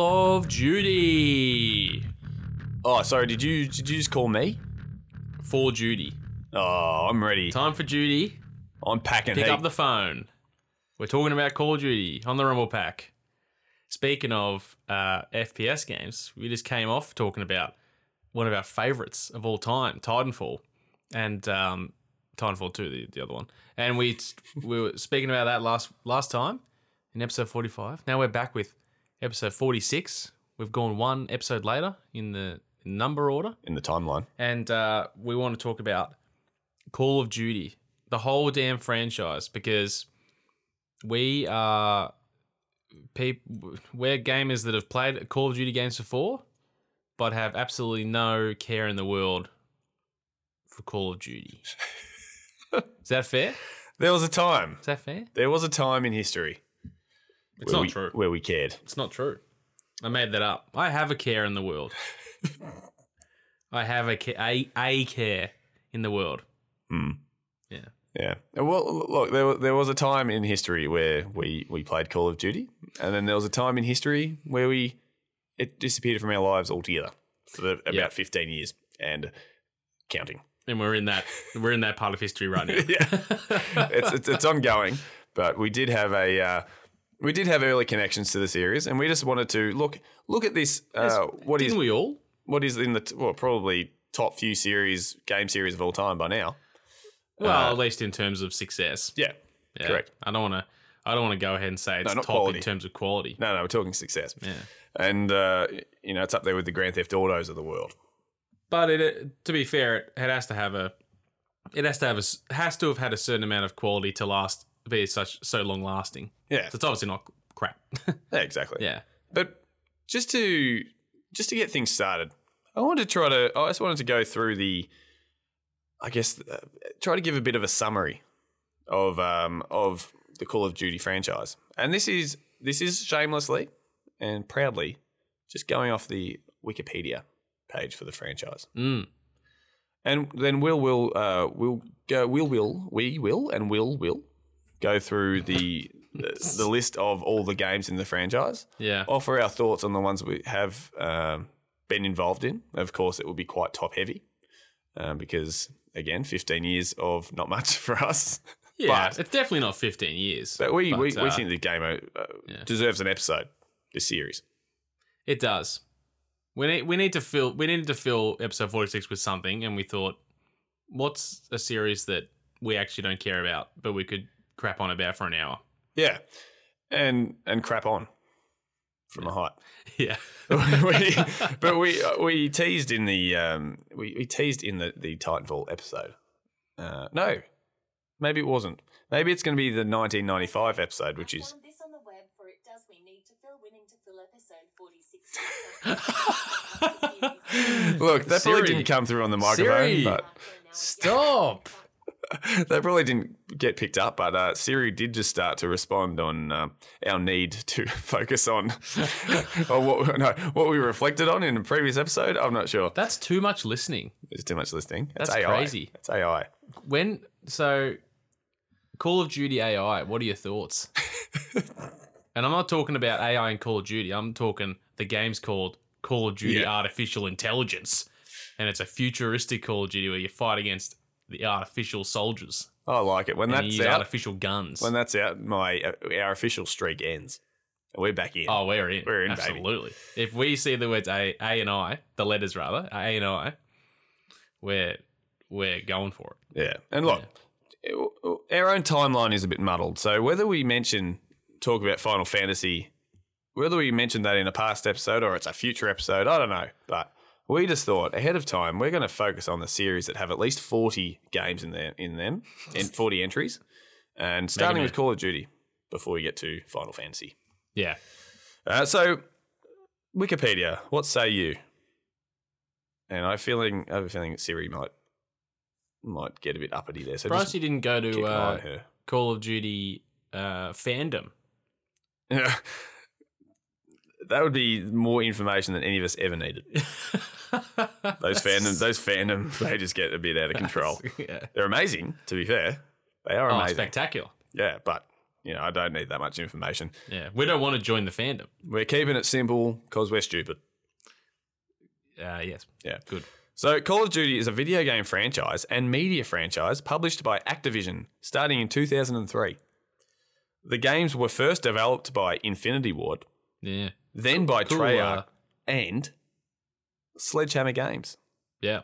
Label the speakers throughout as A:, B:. A: of Duty.
B: Oh, sorry. Did you did you just call me?
A: For Duty.
B: Oh, I'm ready.
A: Time for Duty.
B: I'm packing.
A: Pick
B: heat.
A: up the phone. We're talking about Call of Duty on the Rumble Pack. Speaking of uh, FPS games, we just came off talking about one of our favorites of all time, Titanfall, and um, Titanfall Two, the, the other one. And we we were speaking about that last last time in episode forty five. Now we're back with episode forty six. We've gone one episode later in the number order
B: in the timeline.
A: and uh, we want to talk about Call of Duty, the whole damn franchise, because we are people, we're gamers that have played Call of Duty games before, but have absolutely no care in the world for Call of Duty. Is that fair?
B: There was a time.
A: Is that fair?
B: There was a time in history.
A: It's
B: where
A: not
B: we-
A: true.
B: Where we cared.
A: It's not true. I made that up. I have a care in the world. I have a, ca- a a care in the world.
B: Yeah. Well, look, there, wa- there was a time in history where we, we played Call of Duty, and then there was a time in history where we it disappeared from our lives altogether for the, about
A: Yeah.
B: 15 years and counting.
A: and we're in that we're in that part of history right now.
B: Yeah. it's, it's it's ongoing, but we did have a uh, we did have early connections to the series, and we just wanted to look look at this. Uh, what is
A: Didn't we all?
B: what is in the t- well probably top few series game series of all time by now.
A: Well, at least in terms of success.
B: Yeah.
A: Yeah.
B: Uh, correct.
A: I don't want to. I don't want to go ahead and say it's
B: No, not
A: top
B: quality.
A: in terms of quality.
B: No, no, we're talking success.
A: Yeah.
B: and uh, you know it's up there with the Grand Theft Autos of the world.
A: But it- it, to be fair, it, it has to have a, it has to have a, s- has to have had a certain amount of quality to last, be such so long lasting.
B: Yeah,
A: So it's obviously not crap.
B: yeah, exactly.
A: yeah.
B: But just to just to get things started, I wanted to try to. I just wanted to go through the, I guess, uh, try to give a bit of a summary of um, of the Call of Duty franchise. And this is this is shamelessly and proudly just going off the Wikipedia page for the franchise.
A: Mm.
B: And then we'll will uh we'll go we'll will we will and will will go through the the, the list of all the games in the franchise,
A: Yeah.
B: offer our thoughts on the ones we have um, been involved in. Of course, it will be quite top heavy um, because again, fifteen years of not much for us.
A: yeah.
B: but-
A: it's definitely not 15 years.
B: But we we,
A: But,
B: we
A: uh,
B: think the game uh,
A: yeah.
B: deserves an episode. This series,
A: It does. We need we need to fill we needed to fill episode forty six with something, and we thought, what's a series that we actually don't care about, but we could crap on about for an hour?
B: yeah, and and crap on from a height.
A: Yeah,
B: we, but we uh, we teased in the um, we, we teased in the the Titanfall episode. Uh, no, maybe it wasn't. Maybe it's going to be the 1995 episode, which
C: I
B: is
C: found this on the web for it does we need to fill winning to fill episode 46.
B: look that
A: Siri.
B: probably didn't come through on the microphone,
A: Siri.
B: but
A: Stop.
B: that probably didn't get picked up. But uh, Siri did just start to respond on uh, our need to focus on or what no what we reflected on in a previous episode. I'm not sure.
A: that's too much listening.
B: There's too much listening. It's
A: That's
B: AI.
A: crazy.
B: It's AI.
A: When so, Call of Duty AI. What are your thoughts? and I'm not talking about AI and Call of Duty. I'm talking the game's called Call of Duty
B: Yeah.
A: Artificial Intelligence, and it's a futuristic Call of Duty where you fight against the artificial soldiers
B: I like it when
A: and you
B: that's
A: use
B: out.
A: artificial guns.
B: When that's out, my uh, our official streak ends. And We're back in.
A: Oh, we're in.
B: We're in, baby.
A: Absolutely. If we see the words A, A and I, the letters rather, A and I, we're we're going for it.
B: Yeah. And look, our own timeline is a bit muddled. So whether we mention talk about Final Fantasy, whether we mention that in a past episode or it's a future episode, I don't know. But we just thought ahead of time we're going to focus on the series that have at least forty games in there in them, in forty entries, and starting
A: Mega
B: with Call of Duty before we get to Final Fantasy.
A: Yeah.
B: Uh, so, Wikipedia, what say you? And I feeling, I have a feeling that Siri might might get a bit uppity there. So
A: Surprised
B: just
A: you didn't go to
B: keep an eye on
A: uh,
B: her.
A: Call of Duty uh, fandom.
B: Yeah. that would be more information than any of us ever needed. Those fandom, those fandom, they just get a bit out of control.
A: yeah.
B: They're amazing, to be fair. They are
A: Oh,
B: amazing.
A: spectacular.
B: yeah, but you know, I don't need that much information.
A: Yeah, we don't want to join the fandom.
B: We're keeping it simple because we're stupid.
A: Uh, yes.
B: Yeah.
A: Good.
B: So, Call of Duty is a video game franchise and media franchise published by Activision starting in 2003. The games were first developed by Infinity Ward,
A: Yeah.
B: then by
A: Cool,
B: Treyarch
A: uh,
B: and Sledgehammer Games.
A: Yeah.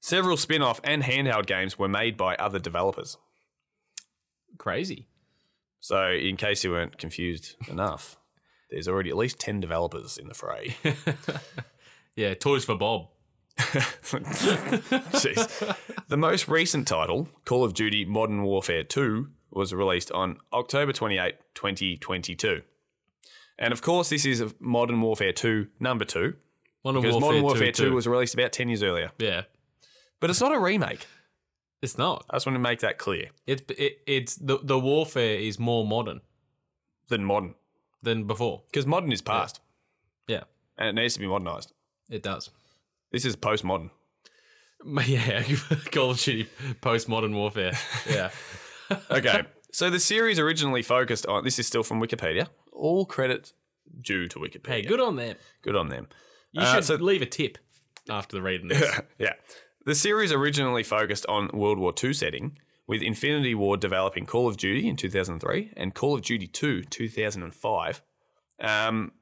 B: Several spin off and handheld games were made by other developers.
A: Crazy.
B: So, in case you weren't confused enough, there's already at least 10 developers in the fray.
A: yeah. Toys for Bob.
B: Jeez. The most recent title, Call of Duty Modern Warfare 2, was released on October 28, 2022. And of course, this is of Modern Warfare 2 number 2,
A: Modern
B: because
A: Warfare,
B: Modern Warfare
A: 2,
B: 2, was released about 10 years earlier.
A: Yeah.
B: But it's not a remake.
A: It's not.
B: I just want to make that clear.
A: It's it, it's the the warfare is more modern
B: Than modern,
A: than before.
B: because modern is past
A: Yeah.
B: and it needs to be modernized.
A: It does.
B: This is postmodern.
A: Yeah. Call of Duty postmodern warfare. Yeah.
B: Okay. so the series originally focused on this is still from Wikipedia. All credit due to Wikipedia.
A: hey, good on them.
B: Good on them.
A: You
B: Uh,
A: should
B: so-
A: leave a tip after the reading. This.
B: yeah. The series originally focused on World War II setting, with Infinity War developing Call of Duty in 2003 and Call of Duty 2 2005. Um,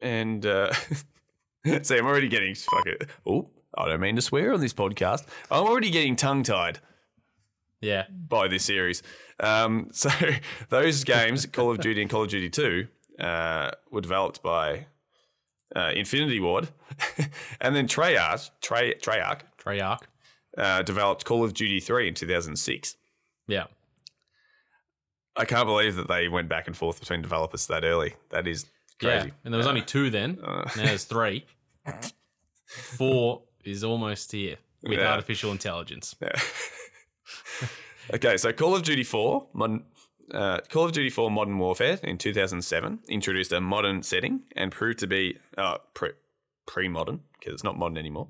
B: and uh, see, I'm already getting fuck it. Oh, I don't mean to swear on this podcast. I'm already getting tongue tied
A: yeah.
B: by this series. Um, so those games, Call of Duty and Call of Duty 2, uh, were developed by uh, Infinity Ward, and then Treyarch, Trey, Treyarch
A: Treyarch.
B: uh, developed Call of Duty 3 in 2006.
A: Yeah.
B: I can't believe that they went back and forth between developers that early. That is
A: Yeah.
B: crazy.
A: And there was only two then.
B: Uh,
A: Now there's three. Four is almost here with
B: Yeah.
A: artificial intelligence.
B: Yeah. okay, so Call of Duty 4, modern, uh, Call of Duty 4 Modern Warfare in 2007 introduced a modern setting and proved to be uh, pre, pre-modern because it's not modern anymore.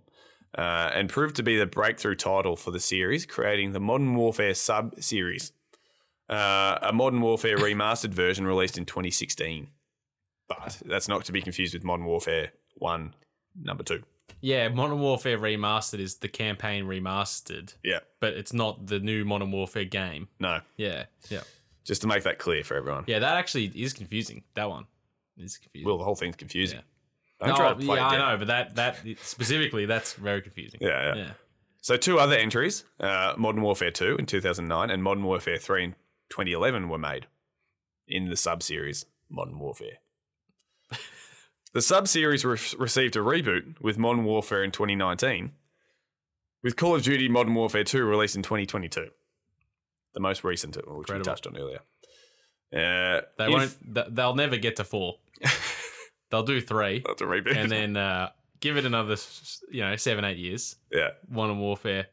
B: Uh, and proved to be the breakthrough title for the series, creating the Modern Warfare sub series, uh, a Modern Warfare remastered version released in 2016. But that's not to be confused with Modern Warfare 1, number 2.
A: Yeah, Modern Warfare Remastered is the campaign remastered,
B: Yeah,
A: but it's not the new Modern Warfare game.
B: no,
A: Yeah, yeah,
B: just to make that clear for everyone.
A: yeah. That actually is confusing. That one is confusing.
B: Well, the whole thing's confusing. Don't
A: no,
B: try to play
A: yeah,
B: it
A: I
B: down.
A: know, but that that specifically, that's very confusing.
B: Yeah, yeah.
A: yeah.
B: So two other entries, uh, Modern Warfare 2 in 2009 and Modern Warfare 3 in 2011 were made in the sub-series Modern Warfare. the sub-series re- received a reboot with Modern Warfare in 2019, with Call of Duty Modern Warfare 2 released in 2022. The most recent, which we
A: Incredible.
B: touched on earlier. Uh,
A: They
B: if-
A: won't. th- They'll never get to four. they'll do three,
B: That's a reboot.
A: and then uh, give it another, s- you know, seven eight years.
B: yeah,
A: Modern Warfare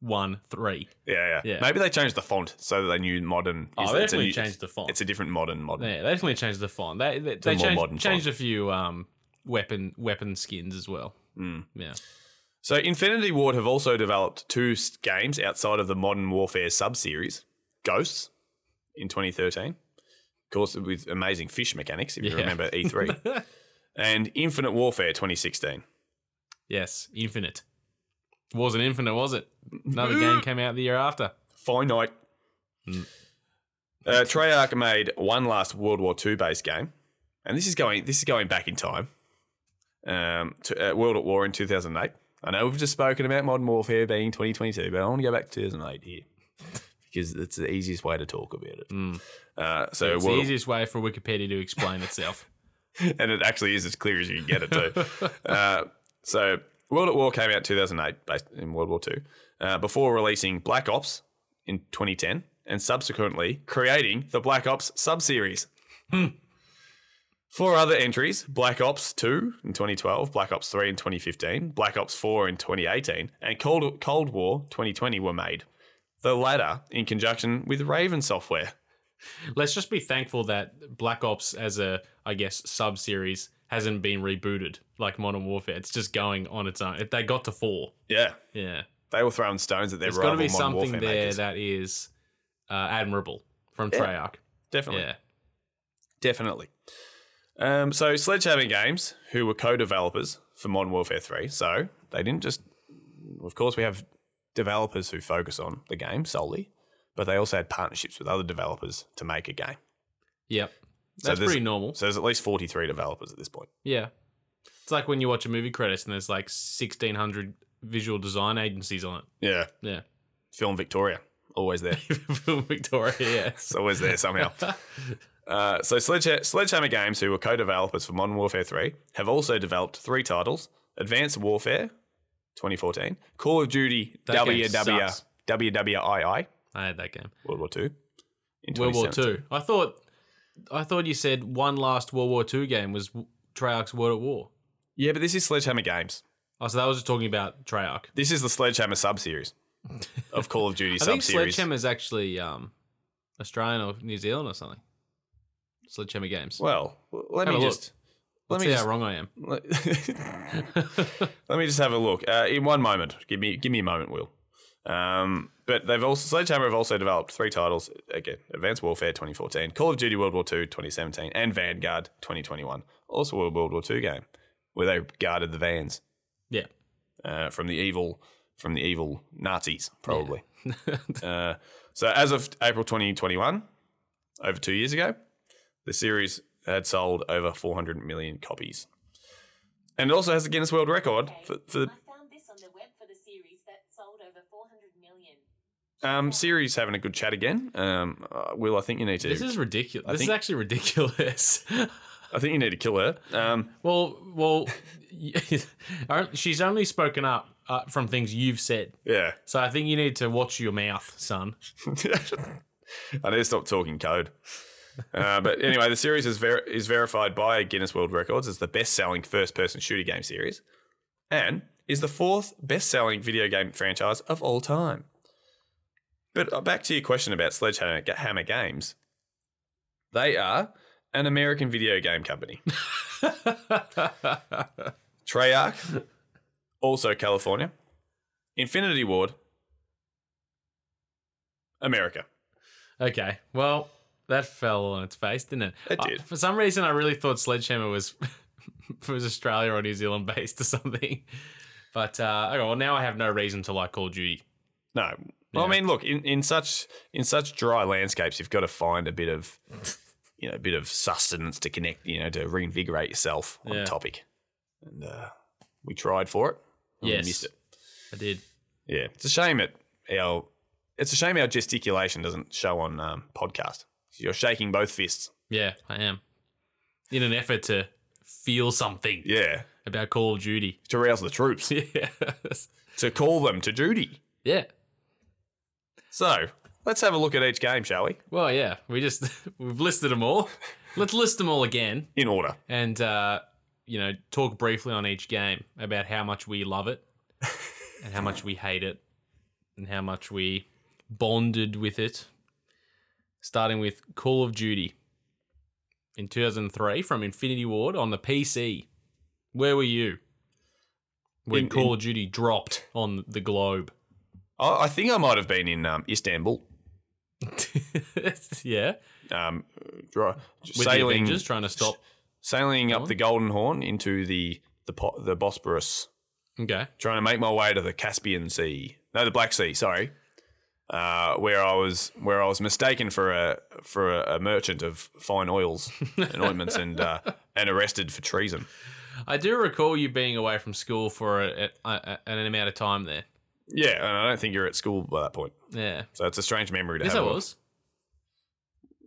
A: one three.
B: yeah, yeah,
A: Yeah.
B: Maybe they changed the font so that they knew modern.
A: Oh,
B: is-
A: they
B: it's a
A: definitely
B: new-
A: changed the font.
B: It's a different modern modern.
A: Yeah, they definitely changed the font. They they, they
B: more modern
A: changed, changed a few um weapon weapon skins as well.
B: Mm.
A: Yeah,
B: So Infinity Ward have also developed two s- games outside of the Modern Warfare sub-series, Ghosts in 2013, of course with amazing fish mechanics if you
A: Yeah.
B: remember E3, and Infinite Warfare 2016.
A: yes, Infinite. Wasn't Infinite, was it? Another game came out the year after.
B: Finite.
A: Mm.
B: Uh, Treyarch made one last World War II based game, and this is going this is going back in time. Um, to, uh, World at War in 2008. I know we've just spoken about Modern Warfare being 2022, but I want to go back to 2008 here because it's the easiest way to talk about it.
A: Mm.
B: Uh, so
A: It's
B: World-
A: the easiest way for Wikipedia to explain itself.
B: and it actually is as clear as you can get it too. uh, so World at War came out in 2008, based in World War II, uh, before releasing Black Ops in 2010, and subsequently creating the Black Ops subseries. Hmm. Four other entries: Black Ops 2 in 2012, Black Ops 3 in 2015, Black Ops 4 in 2018, and Cold Cold War 2020 were made. The latter in conjunction with Raven Software.
A: Let's just be thankful that Black Ops, as a I guess sub series, hasn't been rebooted like Modern Warfare. It's just going on its own. If they got to four,
B: Yeah,
A: yeah,
B: they were throwing stones at their
A: there's got
B: rival
A: to be
B: Modern
A: something
B: Warfare
A: there
B: makers.
A: that is uh, admirable from
B: Yeah.
A: Treyarch.
B: Definitely.
A: Yeah.
B: Definitely. Um, so Sledgehammer Games, who were co-developers for Modern Warfare 3, so they didn't just of course we have developers who focus on the game solely, but they also had partnerships with other developers to make a game.
A: Yep.
B: So
A: That's
B: there's-
A: pretty normal.
B: So there's at least 43 developers at this point.
A: Yeah. It's like when you watch a movie credits and there's like 1600 visual design agencies on
B: Yeah.
A: Yeah.
B: Film Victoria, always there.
A: it. Film Victoria, yeah.
B: it's always there somehow. Uh, so Sledge- Sledgehammer Games, who were co-developers for Modern Warfare 3, have also developed three titles: Advanced Warfare 2014, Call of Duty
A: That game
B: WW
A: sucks.
B: WWII,
A: I had that game.
B: World War II. in
A: World War
B: 2017.
A: Two. I thought, I thought you said one last World War Two game was Treyarch's World at War.
B: Yeah, but this is Sledgehammer Games.
A: Oh, so that was just talking about Treyarch.
B: This is the Sledgehammer sub-series of Call of Duty
A: I think
B: sub-series.
A: Sledgehammer's actually um, Australian or New Zealand or something. Sledgehammer Games.
B: Well, let
A: Have
B: me
A: a look.
B: just let
A: Let's
B: me
A: see
B: just
A: how wrong I am.
B: let, Let me just have a look. Uh, in one moment, give me give me a moment, Will. Um, but they've also Sledgehammer have also developed three titles again: Advanced Warfare 2014, Call of Duty World War II 2017, and Vanguard 2021, also a World War II game where they guarded the vans
A: yeah.
B: uh, from the evil from the evil Nazis, probably. uh, so as of April 2021, over two years ago, the series had sold over 400 million copies, and it also has the Guinness World Record for, for the
C: I found this on the web for the series that sold over 400 million.
B: Um, Siri's having a good chat again. Um, uh, Will, I think you need to.
A: This is ridiculous.
B: I
A: this
B: think-
A: is actually ridiculous.
B: I think you need to kill her. Um,
A: well, well, aren't- she's only spoken up uh, from things you've said.
B: yeah.
A: So I think you need to watch your mouth, son.
B: I need to stop talking code. Uh, but anyway, the series is ver- is verified by Guinness World Records as the best selling first person shooter game series, and is the fourth best selling video game franchise of all time. But uh, back to your question about Sledgehammer Hammer Games, they are an American video game company. Treyarch, also California. Infinity Ward, America.
A: okay. Well, that fell on its face, didn't it?
B: It
A: I-
B: did.
A: for some reason, I really thought Sledgehammer was was Australia or New Zealand based or something. But uh, okay, well, now I have no reason to like Call of Duty.
B: No, well, I
A: Yeah.
B: mean, look in, in such in such dry landscapes, you've got to find a bit of you know a bit of sustenance to connect, you know, to reinvigorate yourself on
A: Yeah.
B: a topic. And uh, we tried for it. and
A: Yes.
B: we Oh, missed it.
A: I did.
B: Yeah, it's a shame it our it's a shame our gesticulation doesn't show on um, podcast. You're shaking both fists.
A: Yeah, I am. In an effort to feel something
B: Yeah,
A: about Call of Duty.
B: to rouse the troops,
A: yeah.
B: to call them to duty.
A: Yeah.
B: So let's have a look at each game, shall we?
A: Well, yeah. We just we've listed them all. Let's list them all again
B: In order.
A: and uh, you know, talk briefly on each game about how much we love it and how much we hate it and how much we bonded with it. Starting with Call of Duty in 2003 from Infinity Ward on the PC. Where were you when
B: In-
A: Call of Duty dropped on the globe?
B: I, I think I might have been in um, Istanbul,
A: yeah,
B: um, dry,
A: with the
B: sailing
A: Avengers trying to stop.
B: sailing
A: Go
B: up
A: on.
B: the Golden Horn into the the po- the Bosporus,
A: Okay,
B: trying to make my way to the Caspian Sea. No, the Black Sea. Sorry, uh, where I was where I was mistaken for a for a, a merchant of fine oils and ointments, and uh, and arrested for treason.
A: I do recall you being away from school for a, a, a, an amount of time there.
B: Yeah, and I don't think you're at school by that point,
A: Yeah,
B: so it's a strange memory to
A: yes, I
B: have. of.
A: was.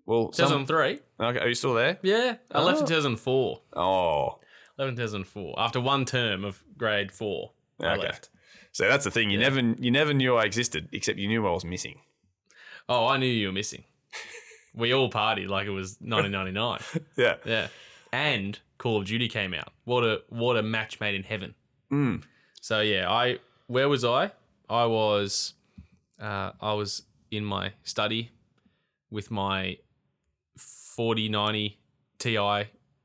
B: Well, some,
A: 2003.
B: okay, are you still there?
A: Yeah, I left
B: Oh.
A: in 2004.
B: Oh,
A: Left in 2004 after one term of grade four. I
B: Okay.
A: left.
B: so that's the thing. You
A: Yeah.
B: never you never knew I existed, except you knew I was missing.
A: Oh, I knew you were missing. we all partied like it was 1999.
B: Yeah.
A: yeah, and Call of Duty came out. What a what a match made in heaven.
B: Mm.
A: So yeah, I where was I? I was uh, I was in my study with my 4090 Ti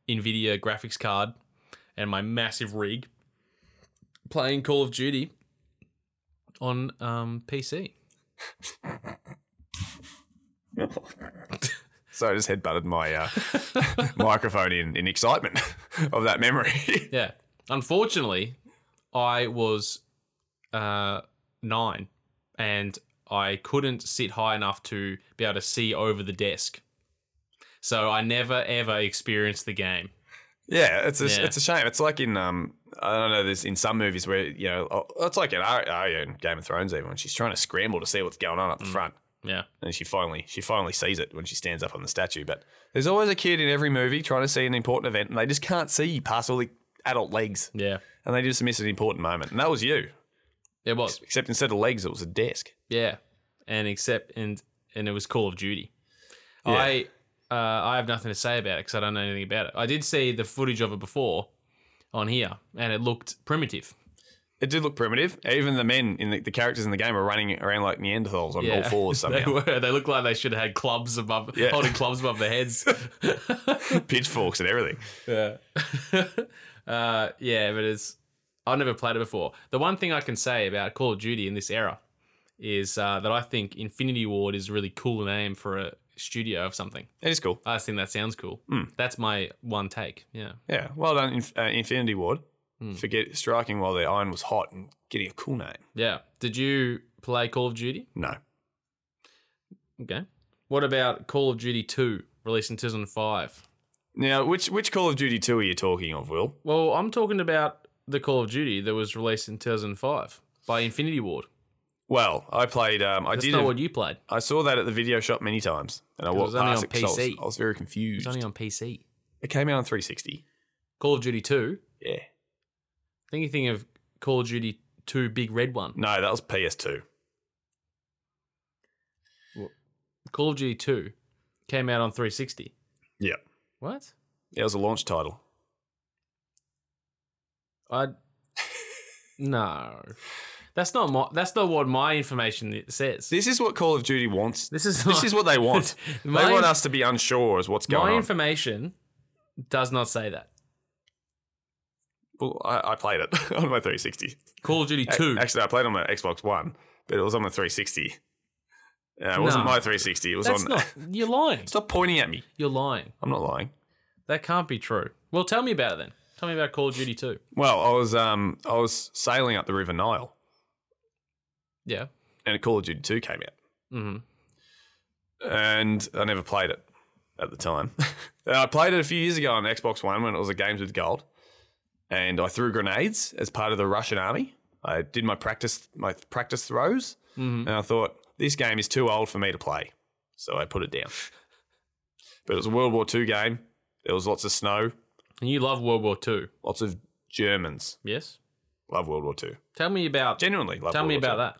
A: Nvidia graphics card and my massive rig playing Call of Duty on um, PC.
B: so I just headbutted my uh, microphone in, in excitement of that memory.
A: Yeah. Unfortunately, I was uh, nine and I couldn't sit high enough to be able to see over the desk. So I never ever experienced the game.
B: yeah, it's a
A: Yeah.
B: it's a shame. It's like in um I don't know. There's in some movies where you know oh, it's like in Ar- Arya in Game of Thrones even when she's trying to scramble to see what's going on up
A: Mm.
B: the front.
A: Yeah.
B: and she finally she finally sees it when she stands up on the statue. But there's always a kid in every movie trying to see an important event, and they just can't see past all the adult legs,
A: Yeah.
B: and they just miss an important moment. And that was you,
A: It was.
B: except instead of legs, it was a desk.
A: Yeah. And except and and it was Call of Duty.
B: Yeah.
A: I uh, I have nothing to say about it because I don't know anything about it. I did see the footage of it before on here, and it looked primitive.
B: It did look primitive. Even the men in the, the characters in the game were running around like Neanderthals on all fours
A: they
B: somehow,
A: were. They looked like they should have had clubs above,
B: Yeah.
A: holding clubs above their heads.
B: pitchforks and everything.
A: Yeah. uh, yeah, but it's. I've never played it before. The one thing I can say about Call of Duty in this era is uh, that I think Infinity Ward is a really cool name for a studio of something.
B: It is cool.
A: I just think that sounds cool.
B: Hmm.
A: That's my one take. Yeah.
B: Yeah, well done, Inf- uh, Infinity Ward.
A: Hmm.
B: For get, striking while the iron was hot and getting a cool name.
A: Yeah. Did you play Call of Duty?
B: No,
A: Okay. What about Call of Duty 2, released in 2005?
B: now which which Call of Duty two are you talking of, Will?
A: Well, I'm talking about the Call of Duty that was released in 2005 by Infinity Ward.
B: Well, I played. Um, I
A: That's
B: did.
A: not
B: a-
A: what you played.
B: I saw that at the video shop many times, and I
A: It was
B: walked
A: only
B: past
A: on
B: it 'cause I was- I
A: PC.
B: was, very
A: It's
B: confused.
A: only on PC.
B: it came out on 360.
A: Call of Duty 2.
B: Yeah.
A: I think you think of Call of Duty 2 Big Red One.
B: No, that was PS2.
A: Call of Duty 2 came out on 360.
B: Yeah.
A: What?
B: It was a launch title.
A: I No. That's not my that's not what my information says.
B: This is what Call of Duty wants.
A: This is
B: This
A: not-
B: is what they want. they
A: My-
B: want us to be unsure as what's
A: my
B: going on.
A: information does not say that.
B: Well, I, I played it on my 360.
A: Call of Duty
B: A-
A: 2.
B: Actually, I played on my Xbox One, but it was on my 360. Uh, it wasn't
A: No.
B: my 360. It was
A: That's
B: on.
A: not you're lying.
B: Stop pointing at me.
A: You're lying.
B: I'm not lying.
A: That can't be true. Well, tell me about it then. Tell me about Call of Duty 2.
B: Well, I was um I was sailing up the River Nile,
A: Yeah.
B: and Call of Duty 2 came out.
A: Mhm.
B: and I never played it at the time. And I played it a few years ago on Xbox One when it was a Games with Gold, and I threw grenades as part of the Russian army. I did my practice my practice throws,
A: Mm-hmm.
B: and I thought this game is too old for me to play, so I put it down. but it was a World War II game. There was lots of snow,
A: And you love World War 2.
B: lots of Germans.
A: Yes.
B: Love World War II.
A: Tell me about
B: Genuinely love.
A: Tell
B: World
A: me
B: War
A: about
B: II.
A: that.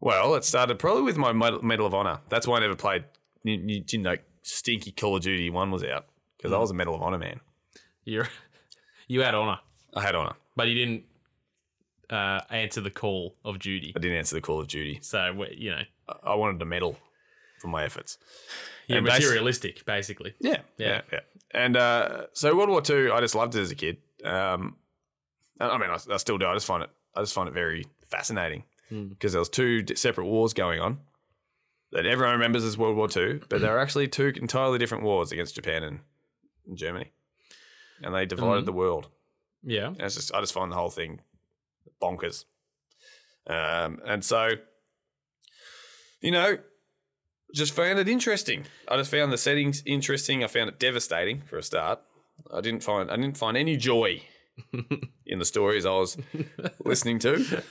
B: Well, it started probably with my Med- Medal of Honor. That's why I never played. You, you didn't know stinky Call of Duty one was out because I was a Medal of Honor man.
A: You're you had honor,
B: I had honor.
A: but you didn't uh, answer the call of duty.
B: I didn't answer the Call of Duty.
A: So we- you know
B: I- I wanted a medal for my efforts.
A: you're
B: And basi-
A: materialistic, basically.
B: Yeah, yeah,
A: Yeah.
B: yeah. And uh, so World War Two, I just loved it as a kid. Um, and I mean, I, I still do. I just find it. I just find it very fascinating because there was two d- separate wars going on that everyone remembers as World War Two, but they were actually two entirely different wars against Japan and, and Germany, and they divided the world.
A: Yeah.
B: And it's just I just find the whole thing bonkers. Um, and so, you know, just found it interesting. I just found the settings interesting. I found it devastating for a start. I didn't find I didn't find any joy in the stories I was listening to.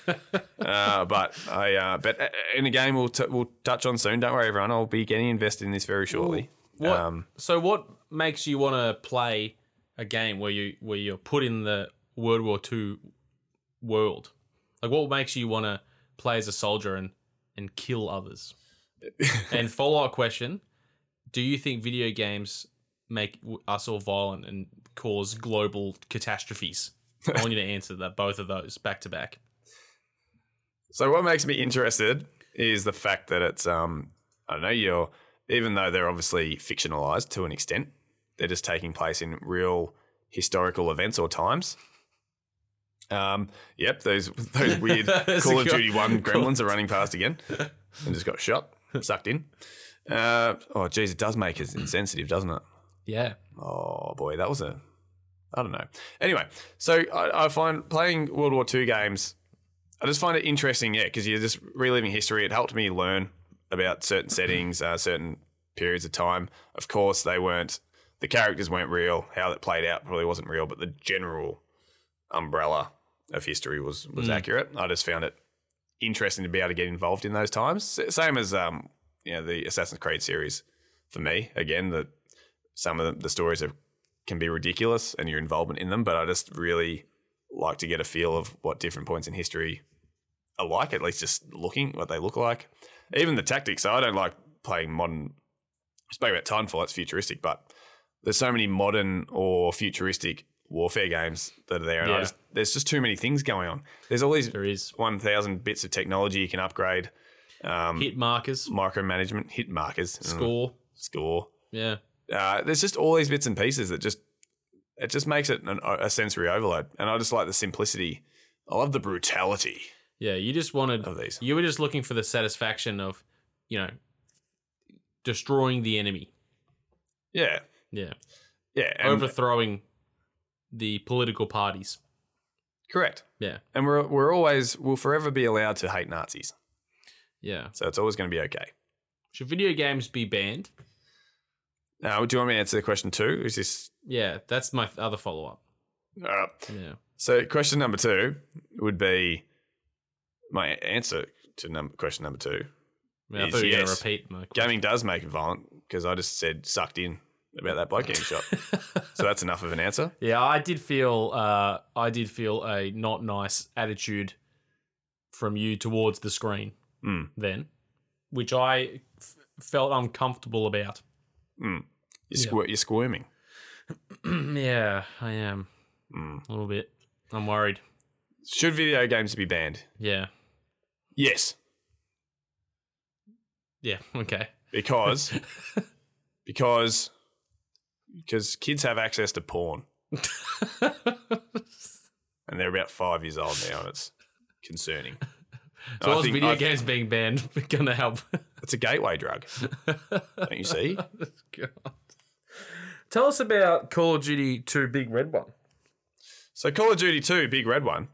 B: Uh, but I uh, but uh, in a game we'll t- we'll touch on soon. Don't worry, everyone. I'll be getting invested in this very shortly.
A: What?
B: Um,
A: so what makes you want to play a game where you where you're put in the World War II world? Like what makes you want to play as a soldier and and kill others? and follow up question: Do you think video games make w- us all violent and cause global catastrophes? I want you to answer that both of those back to back.
B: So what makes me interested is the fact that it's um I don't know you're even though they're obviously fictionalized to an extent, they're just taking place in real historical events or times. Um, yep, those those weird
A: That's
B: Call
A: a
B: of
A: good-
B: Duty One gremlins are running past again, and just got shot, sucked in. Uh, oh, geez, it does make us insensitive, doesn't it?
A: Yeah.
B: Oh boy, that was a. I don't know. Anyway, so I, I find playing World War II games, I just find it interesting, yeah, because you're just reliving history. It helped me learn about certain settings, uh, certain periods of time. Of course, they weren't. The characters weren't real. How that played out probably wasn't real, but the general umbrella of history was was
A: Mm.
B: accurate. I just found it interesting to be able to get involved in those times. S- Same as um, you know, the Assassin's Creed series for me. Again, the some of the, the stories are can be ridiculous and your involvement in them, but I just really like to get a feel of what different points in history are like, at least just looking what they look like. Even the tactics, I don't like playing modern. I spoke about Titanfall, that's futuristic, but there's so many modern or futuristic warfare games that are there, and I
A: Yeah.
B: just, there's just too many things going on. There's all these
A: There is
B: 1,000 bits of technology you can upgrade, um,
A: hit markers,
B: micromanagement, hit markers, mm,
A: score.
B: score
A: Yeah.
B: uh, there's just all these bits and pieces that just it just makes it an, a sensory overload. And I just like the simplicity. I love the brutality
A: Yeah. You just wanted
B: of these.
A: You were just looking for the satisfaction of, you know, destroying the enemy.
B: Yeah,
A: Yeah.
B: yeah, and,
A: Overthrowing the political parties.
B: correct.
A: Yeah.
B: And we're we're always we'll forever be allowed to hate Nazis,
A: Yeah.
B: so it's always going to be okay.
A: Should video games be banned?
B: Now, do you want me to answer the question two? Is this
A: Yeah. That's my other follow up.
B: uh,
A: Yeah.
B: so? Question number two would be my answer to number question number two.
A: I, mean, I
B: Is
A: thought you were going to
B: yes.
A: repeat my
B: Gaming does make it violent because I just said sucked in about that bloke getting shot. So that's enough of an answer.
A: Yeah, I did feel uh, I did feel a not nice attitude from you towards the screen
B: Mm.
A: then, which I f- felt uncomfortable about.
B: You're,
A: Yeah.
B: squir- you're squirming.
A: yeah, I am
B: Mm.
A: a little bit. I'm worried.
B: Should video games be banned?
A: Yeah,
B: Yes,
A: yeah, okay.
B: because because because kids have access to porn, and they're about five years old now, and it's concerning. And
A: so,
B: I
A: how's
B: think-
A: video
B: I-
A: games being banned going to help?
B: It's a gateway drug, don't you see?
A: God. Tell us about Call of Duty 2 Big Red One.
B: So Call of Duty Two, big red one.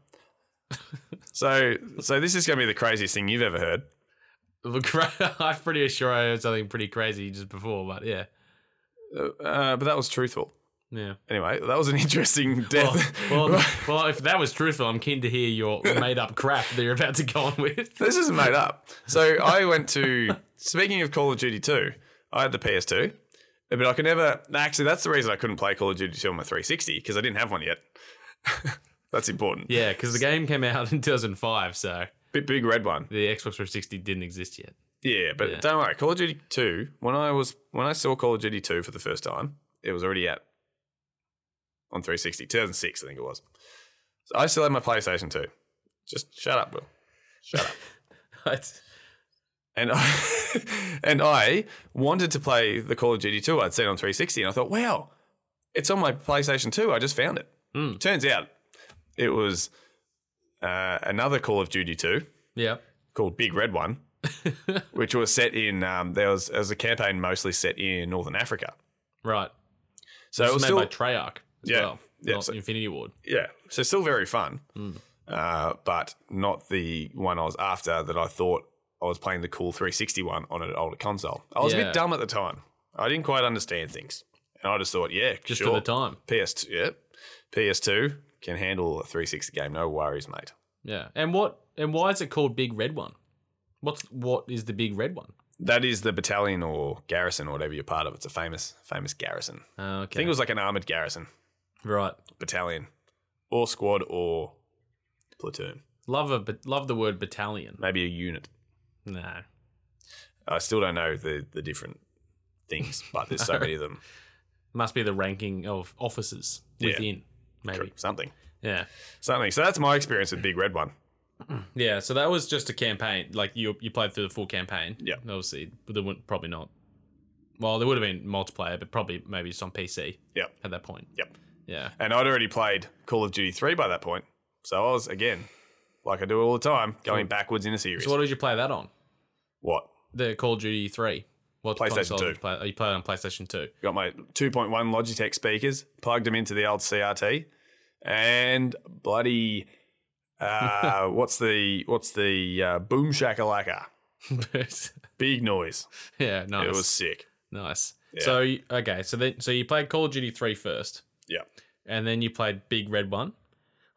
B: So so this is going to be the craziest thing you've ever heard.
A: I'm pretty sure I heard something pretty crazy just before, but yeah,
B: Uh, uh, but that was truthful.
A: yeah.
B: Anyway, that was an interesting
A: Well,
B: death.
A: well, well, if that was truthful, I'm keen to hear your made up crap that you're about to go on with.
B: This isn't made up. So I went to speaking of Call of Duty 2, I had the PS2, but I could never actually that's the reason I couldn't play Call of Duty 2 on my 360 because I didn't have one yet. that's important.
A: Yeah, because the game came out in 2005, so
B: Big, big red one.
A: the Xbox 360 didn't exist yet.
B: Yeah, but
A: Yeah.
B: don't worry. Call of Duty 2, when I was when I saw Call of Duty 2 for the first time, it was already out on 360, 2006 I think it was. So I still had my PlayStation 2. Just shut up, Will.
A: Right.
B: and I, and I wanted to play the Call of Duty 2 I'd seen on 360, and I thought, wow, it's on my PlayStation 2. I just found it.
A: Mm.
B: Turns out it was uh, another Call of Duty 2
A: Yeah.
B: called Big Red One, which was set in um, there was there was a campaign mostly set in Northern Africa.
A: Right.
B: So
A: It
B: it was
A: was made
B: still
A: by Treyarch as
B: Yeah,
A: well,
B: yeah,
A: not
B: so-
A: Infinity Ward.
B: yeah, so still very fun,
A: Hmm.
B: uh, but not the one I was after that I thought I was playing the cool 360 one on an older console. I was a
A: Yeah.
B: bit dumb at the time. I didn't quite understand things, and I just thought, yeah,
A: Just
B: sure.
A: for the time.
B: PS2, yeah, PS2 can handle a 360 game, no worries, mate.
A: Yeah. And what? And why is it called Big Red One? What's what is the Big Red One?
B: That is the battalion or garrison or whatever you're part of. It's a famous, famous garrison.
A: Uh, okay.
B: I think it was like an armored garrison,
A: right.
B: battalion, or squad, or platoon,
A: Love a but love the word battalion.
B: maybe a unit.
A: No.
B: I still don't know the the different things, but there's so many of them.
A: Must be the ranking of officers
B: Yeah.
A: within. Maybe.
B: Something,
A: Yeah.
B: something. So that's my experience with Big Red One.
A: Yeah, so that was just a campaign. Like you, you played through the full campaign.
B: Yeah.
A: obviously, but there would probably not. Well, there would have been multiplayer, but probably maybe just on PC.
B: Yep.
A: at that point.
B: Yep.
A: Yeah,
B: And I'd already played Call of Duty Three by that point, so I was again, like I do all the time, going backwards in a series.
A: So what did you play that on?
B: what?
A: The Call of Duty Three. What
B: PlayStation
A: console
B: 2.
A: did you Play, oh, you played on PlayStation Two.
B: Got my 2.1 Logitech speakers, plugged them into the old CRT, and bloody uh, what's the what's the uh, boom shakalaka? Big noise.
A: yeah, nice.
B: It was sick.
A: Nice.
B: Yeah.
A: So you- okay, so then so you played Call of Duty 3 first.
B: Yeah.
A: And then you played Big Red 1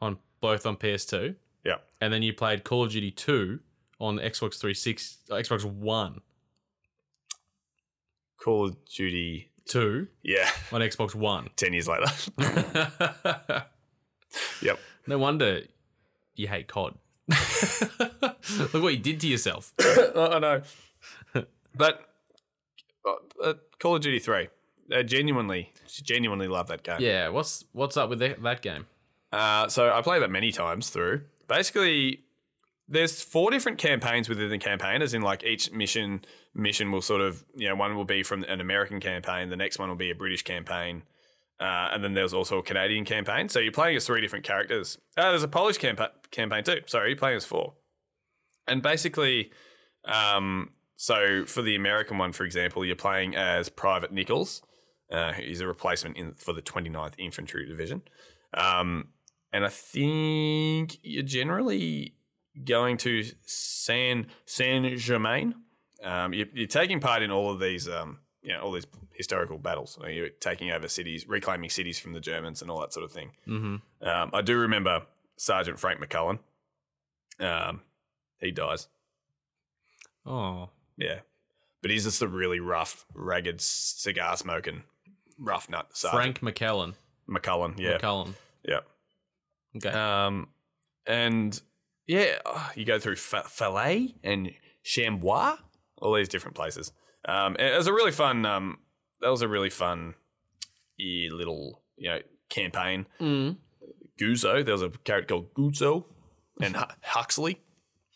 A: on both on PS2.
B: Yeah.
A: And then you played Call of Duty 2 on Xbox 36 uh, Xbox 1
B: Call of Duty.
A: 2
B: Yeah,
A: on Xbox 1.
B: ten years later. yep.
A: no wonder you hate COD. Look what you did to yourself.
B: I know. But uh, uh, Call of Duty 3, I genuinely, genuinely love that game.
A: Yeah, what's what's up with that, that game?
B: Uh, so I play that many times through. Basically, there's four different campaigns within the campaign, as in like each mission mission will sort of you know one will be from an American campaign, the next one will be a British campaign, uh, and then there's also a Canadian campaign. So you're playing as three different characters. Uh, there's a Polish campa- campaign too. Sorry, you're playing as four, and basically, um, so for the American one, for example, you're playing as Private Nichols. Uh, he's a replacement in, for the 29th Infantry Division. Um, and I think you're generally going to San San Germain. Um, you're, you're taking part in all of these, um, you know, all these historical battles. I mean, You're taking over cities, reclaiming cities from the Germans, and all that sort of thing.
A: Mm-hmm.
B: Um, I do remember Sergeant Frank McCullen. Um, he dies.
A: Oh.
B: Yeah, but he's just a really rough, ragged, cigar smoking, rough nut. Sergeant
A: Frank McKellen.
B: McCullen. Yeah,
A: McCullen.
B: yeah.
A: Okay.
B: Um, and yeah, ah, you go through Fa- Falais and Chambois, all these different places. Um, it was a really fun. Um, that was a really fun eh, little you know campaign.
A: Mm.
B: Guzo, there was a character called Guzo and Hu- Huxley,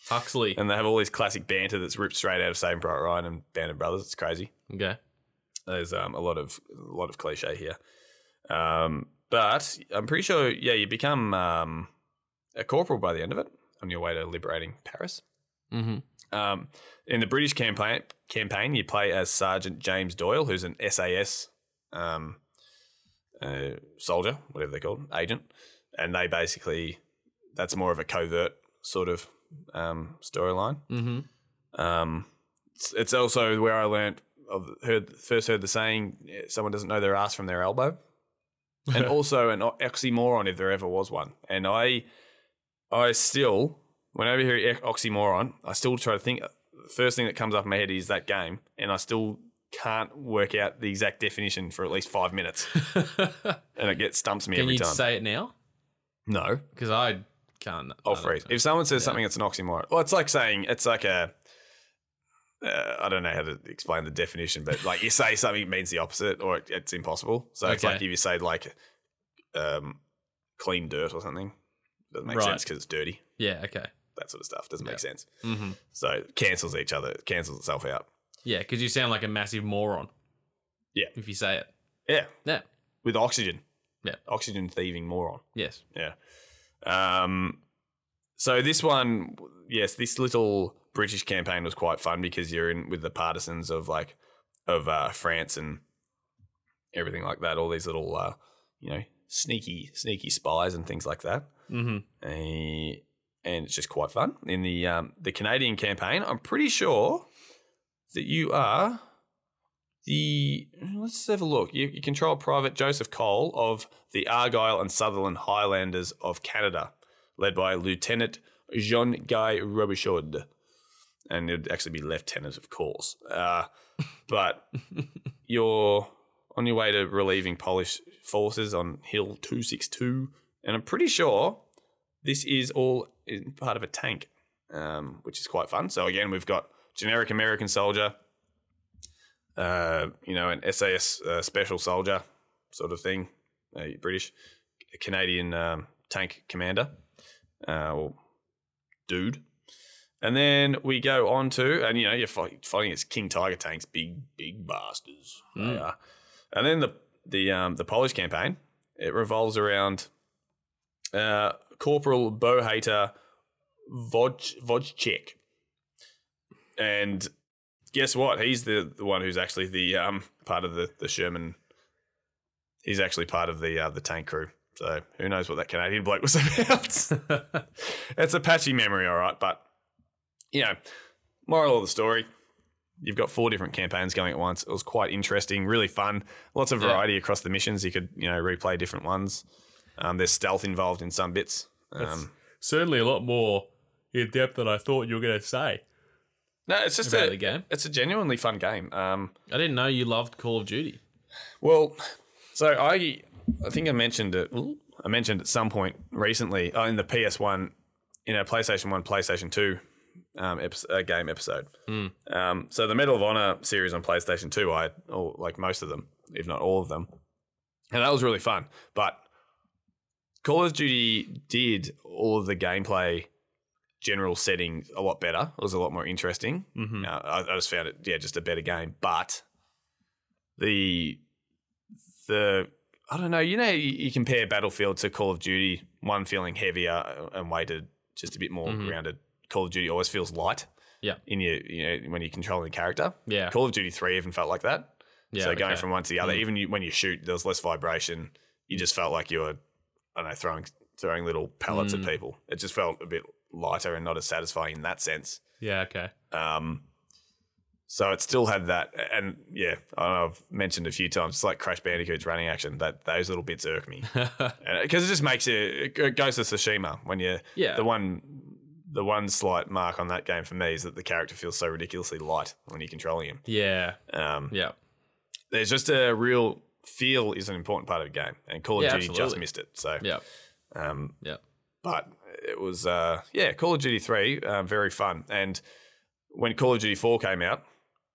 A: Huxley.
B: and they have all these classic banter that's ripped straight out of Saving Private Ryan and Band of Brothers. It's crazy
A: Okay.
B: there's um, a lot of a lot of cliche here. Um, but I'm pretty sure, yeah, you become um, a corporal by the end of it on your way to liberating Paris.
A: Mm-hmm.
B: Um, in the British campaign, campaign, you play as Sergeant James Doyle, who's an SAS um, uh, soldier, whatever they're called, agent, and they basically that's more of a covert sort of um, storyline.
A: Mm-hmm.
B: Um, it's, it's also where I learnt, of heard first heard the saying, eh, someone doesn't know their ass from their elbow, and also an o- oxymoron if there ever was one. And I, I still, whenever I hear ec- oxymoron, I still try to think. The first thing that comes up in my head is that game, and I still can't work out the exact definition for at least five minutes, and it gets stumps me
A: Can
B: every
A: you
B: time.
A: say it now?
B: no,
A: Because I can't. I
B: I'll
A: don't
B: freeze.
A: know.
B: If someone says
A: Yeah.
B: something, it's an oxymoron. Well, it's like saying it's like a. Uh, I don't know how to explain the definition, but like you say something it means the opposite, or it, it's impossible. So it's
A: Okay.
B: like if you say like, um, clean dirt or something, doesn't make
A: Right.
B: sense because it's dirty.
A: Yeah. Okay.
B: That sort of stuff doesn't
A: Yeah.
B: make sense.
A: Mm-hmm.
B: So it cancels each other, it cancels itself out.
A: Yeah, because you sound like a massive moron.
B: Yeah.
A: If you say it.
B: Yeah,
A: Yeah.
B: with oxygen.
A: Yeah.
B: oxygen thieving moron.
A: Yes.
B: Um, so this one, yes, this little British campaign was quite fun because you're in with the partisans of like of uh, France and everything like that. All these little, uh, you know, sneaky sneaky spies and things like that.
A: Mm-hmm.
B: Eh, and it's just quite fun. In the um, the Canadian campaign, I'm pretty sure that you are the. Let's have a look. You, you control Private Joseph Cole of the Argyle and Sutherland Highlanders of Canada, led by Lieutenant Jean Guy Robichaud, and it'd actually be Lieutenant, of course. Uh, but you're on your way to relieving Polish forces on Hill Two Six Two, and I'm pretty sure this is all in part of a tank, um, which is quite fun. So again, we've got generic American soldier, uh, you know, an SAS uh, special soldier sort of thing, uh, British, a Canadian um, tank commander uh, or dude. And then we go on to, and you know, you're fight- fighting it's King Tiger tanks, big, big bastards. they
A: Mm.
B: are. And then the the um, the Polish campaign, it revolves around uh, Corporal Bohater Woj- Wojciech. And guess what? He's the, the one who's actually the um part of the, the Sherman. He's actually part of the uh, the tank crew. So who knows what that Canadian bloke was about? it's a patchy memory, all right. But you know, moral of the story: you've got four different campaigns going at once. It was quite interesting, really fun. Lots of
A: Yeah.
B: variety across the missions. You could you know replay different ones. Um, there's stealth involved in some bits.
A: That's
B: Um,
A: certainly a lot more in depth than I thought you were going to say
B: no, it's just
A: about the
B: a,
A: game.
B: it's a genuinely fun game. Um,
A: I didn't know you loved Call of Duty.
B: Well, so I I think I mentioned it. I mentioned at some point recently uh, in the PS One, in our PlayStation One, PlayStation Two um, episode, uh, game episode. Um, so the Medal of Honor series on PlayStation Two, I or like most of them, if not all of them, and that was really fun. But Call of Duty did all of the gameplay general setting a lot better. It was a lot more interesting.
A: Mm-hmm.
B: Uh, I, I just found it, yeah, just a better game. But the the I don't know. You know, you, you compare Battlefield to Call of Duty. One feeling heavier and weighted, just a bit more
A: Mhm.
B: grounded. Call of Duty always feels light.
A: Yeah.
B: In your, you know, when you're controlling the character.
A: Yeah.
B: Call of Duty Three even felt like that.
A: yeah.
B: so going
A: okay.
B: from one to the other,
A: Mm.
B: even you, when you shoot, there was less vibration. You just felt like you were, I don't know, throwing throwing little pellets
A: Mm.
B: at people. It just felt a bit lighter and not as satisfying in that sense.
A: yeah. Okay.
B: Um, so it still had that, and yeah, I know I've mentioned a few times. It's like Crash Bandicoot's running action. That those little bits irk me because it just makes it. It goes to Tsushima when you
A: yeah.
B: the one. The one slight mark on that game for me is that the character feels so ridiculously light when you're controlling him.
A: yeah.
B: Um,
A: Yeah.
B: There's just a real feel is an important part of the game, and Call of
A: Yeah,
B: Duty just
A: absolutely.
B: missed it. So
A: Yeah.
B: um,
A: Yeah.
B: But it was, uh, yeah, Call of Duty 3, uh, very fun. And when Call of Duty 4 came out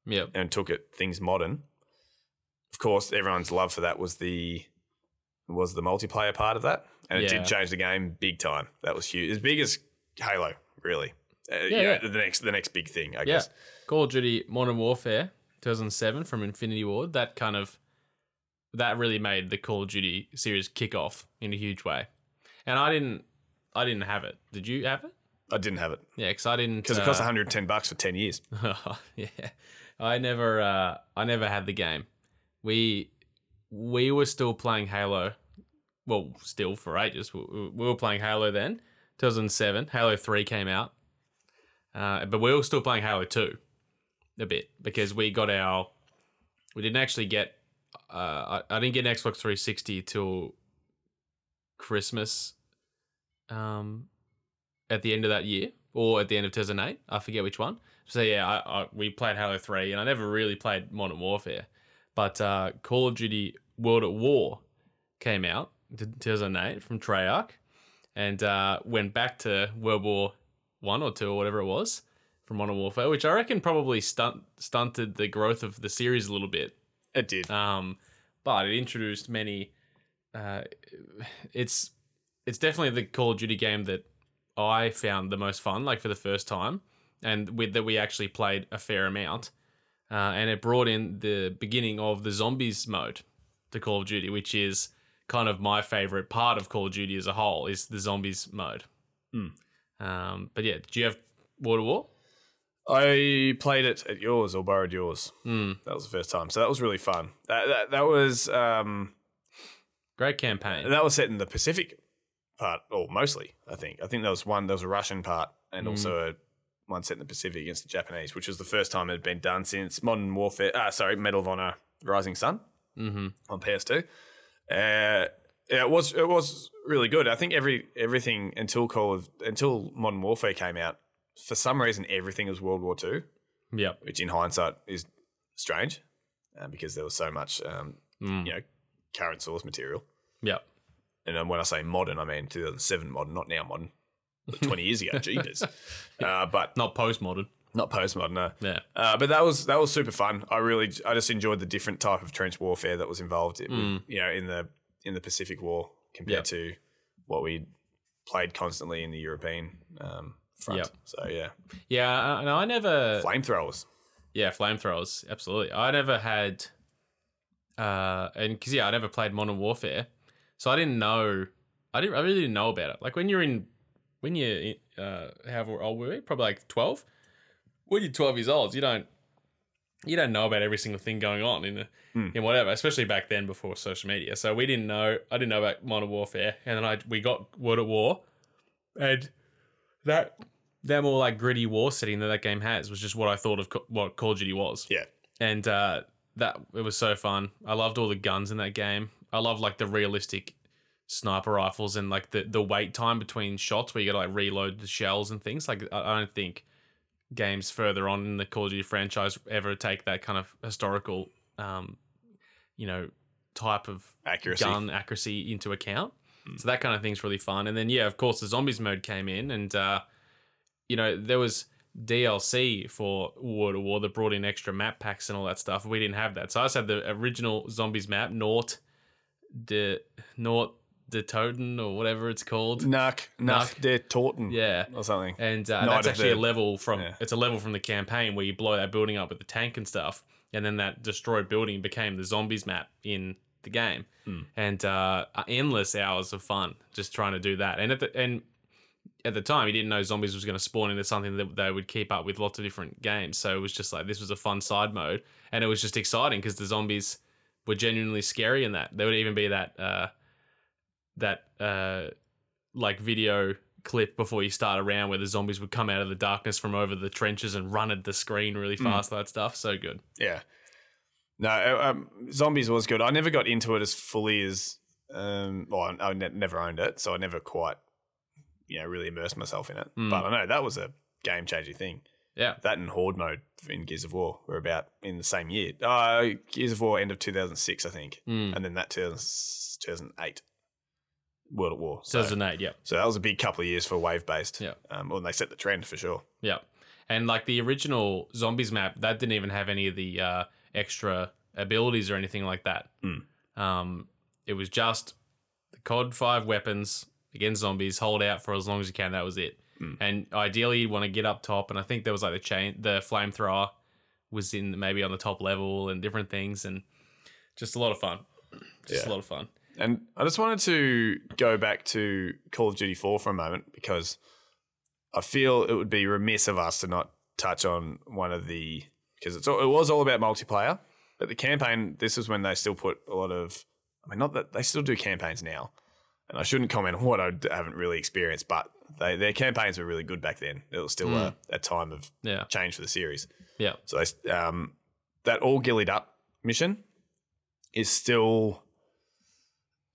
A: Yeah.
B: and took it things modern, of course, everyone's love for that was the was the multiplayer part of that. And it
A: Yeah.
B: did change the game big time. That was huge. As big as Halo, really. Uh, you
A: Yeah,
B: know,
A: yeah.
B: The next the next big thing, I
A: Yeah.
B: guess.
A: Call of Duty Modern Warfare 2007 from Infinity Ward. That kind of that really made the Call of Duty series kick off in a huge way. And I didn't I didn't have it. Did you have it?
B: I didn't have it
A: Yeah, because I didn't. uh,
B: because it cost 110 bucks for 10 years.
A: yeah, I never, uh, I never had the game. We, we were still playing Halo. Well, still for ages. We, we were playing Halo then, 2007. Halo Three came out, uh, but we were still playing Halo Two, a bit because we got our, we didn't actually get, uh, I, I didn't get an Xbox 360 till Christmas, um, at the end of that year or at the end of 2008. I forget which one. So yeah, I, I, we played Halo Three, and I never really played Modern Warfare, but uh, Call of Duty World at War came out in 2008 from Treyarch, and uh, went back to World War One or Two or whatever it was from Modern Warfare, which I reckon probably stunt, stunted the growth of the series a little bit.
B: It did.
A: Um, but it introduced many. Uh, it's it's definitely the Call of Duty game that I found the most fun, like for the first time, and with that we actually played a fair amount, uh, and it brought in the beginning of the zombies mode to Call of Duty, which is kind of my favorite part of Call of Duty as a whole is the zombies mode.
B: Hmm.
A: Um, but yeah, do you have World of War?
B: I played it at yours or borrowed yours.
A: Mm,
B: That was the first time, so that was really fun. That that, that was um,
A: great campaign.
B: Uh, that was set in the Pacific part, or mostly. I think I think there was one there was a Russian part, and
A: Mm.
B: also a, one set in the Pacific against the Japanese, which was the first time it had been done since Modern Warfare. Ah, sorry, Medal of Honor: Rising Sun
A: mm-hmm.
B: on PS2. Uh, yeah, it was it was really good. I think every everything until Call of until Modern Warfare came out, for some reason everything was World War Two
A: Yep.
B: which in hindsight is strange uh, because there was so much, um,
A: Mm.
B: you know, current source material.
A: Yep.
B: And um, when I say modern, I mean 2007 modern, not now modern, but 20 years ago, jeepers. Uh, but
A: Not postmodern.
B: not postmodern, no.
A: Yeah.
B: Uh, but that was that was super fun. I really, I just enjoyed the different type of trench warfare that was involved, in,
A: Mm.
B: with, you know, in the in the Pacific War compared
A: Yep.
B: to what we played constantly in the European um, front.
A: Yep.
B: So yeah,
A: Yeah, uh, and I never.
B: flamethrowers.
A: yeah, flamethrowers, absolutely. I never had, uh, and because yeah, I never played Modern Warfare, so I didn't know. I didn't. I really didn't know about it. Like when you're in, when you're in, uh, however old were we? Probably like twelve. When you're twelve years old, you don't you don't know about every single thing going on in the,
B: Hmm.
A: in whatever, especially back then before social media. So we didn't know. I didn't know about Modern Warfare, and then I we got World at War, and that that more like gritty war setting that that game has was just what I thought of co- what Call of Duty was.
B: Yeah.
A: and uh, that it was so fun. I loved all the guns in that game. I loved like the realistic sniper rifles and like the the wait time between shots where you got to like reload the shells and things. Like I, I don't think games further on in the Call of Duty franchise ever take that kind of historical, um, you know, type of
B: Accuracy.
A: gun accuracy into account. So that kind of thing's really fun. And then yeah, of course, the zombies mode came in, and uh, you know there was DLC for War to War that brought in extra map packs and all that stuff. We didn't have that, so I just had the original zombies map, Nort de Nort de Toten or whatever it's called.
B: Knock, knock,
A: Knock.
B: they're Torten
A: Yeah,
B: or something.
A: and uh,
B: Night
A: that's
B: of
A: actually
B: the-
A: a level from
B: yeah.
A: it's a level from the campaign where you blow that building up with the tank and stuff, and then that destroyed building became the zombies map in the game,
B: Hmm.
A: and uh, endless hours of fun just trying to do that. And at the and at the time, you didn't know zombies was going to spawn into something that they would keep up with lots of different games. So it was just like this was a fun side mode, and it was just exciting because the zombies were genuinely scary in that. There would even be that uh, that uh, like video clip before you start a round where the zombies would come out of the darkness from over the trenches and run at the screen really
B: Mm.
A: fast. That stuff so good.
B: Yeah. No, uh, um, zombies was good. I never got into it as fully as. Um, well, I, I ne- never owned it, so I never quite, you know, really immersed myself in it.
A: Mm.
B: But I know that was a game changing thing.
A: Yeah.
B: That and Horde mode in Gears of War were about in the same year. Uh, Gears of War end of 2006, I think,
A: Mm.
B: and then that 2000, 2008, World at War. So,
A: Doesn't it? Yep.
B: so that was a big couple of years for wave based.
A: Yeah.
B: Um, well, and they set the trend for sure.
A: Yeah. And like the original zombies map, that didn't even have any of the uh, extra abilities or anything like that.
B: Mm.
A: Um, it was just the COD 5 weapons against zombies, hold out for as long as you can. That was it.
B: Mm.
A: And ideally, you'd want to get up top. And I think there was like the chain, the flamethrower was in maybe on the top level and different things. And just a lot of fun. Just
B: Yeah.
A: a lot of fun.
B: And I just wanted to go back to Call of Duty 4 for a moment because I feel it would be remiss of us to not touch on one of the because it's all, it was all about multiplayer, but the campaign this is when they still put a lot of I mean not that they still do campaigns now. And I shouldn't comment on what I d- haven't really experienced, but they, their campaigns were really good back then. It was still a, a time of
A: Yeah.
B: change for the series.
A: Yeah.
B: So they, um, that all gillied up mission is still.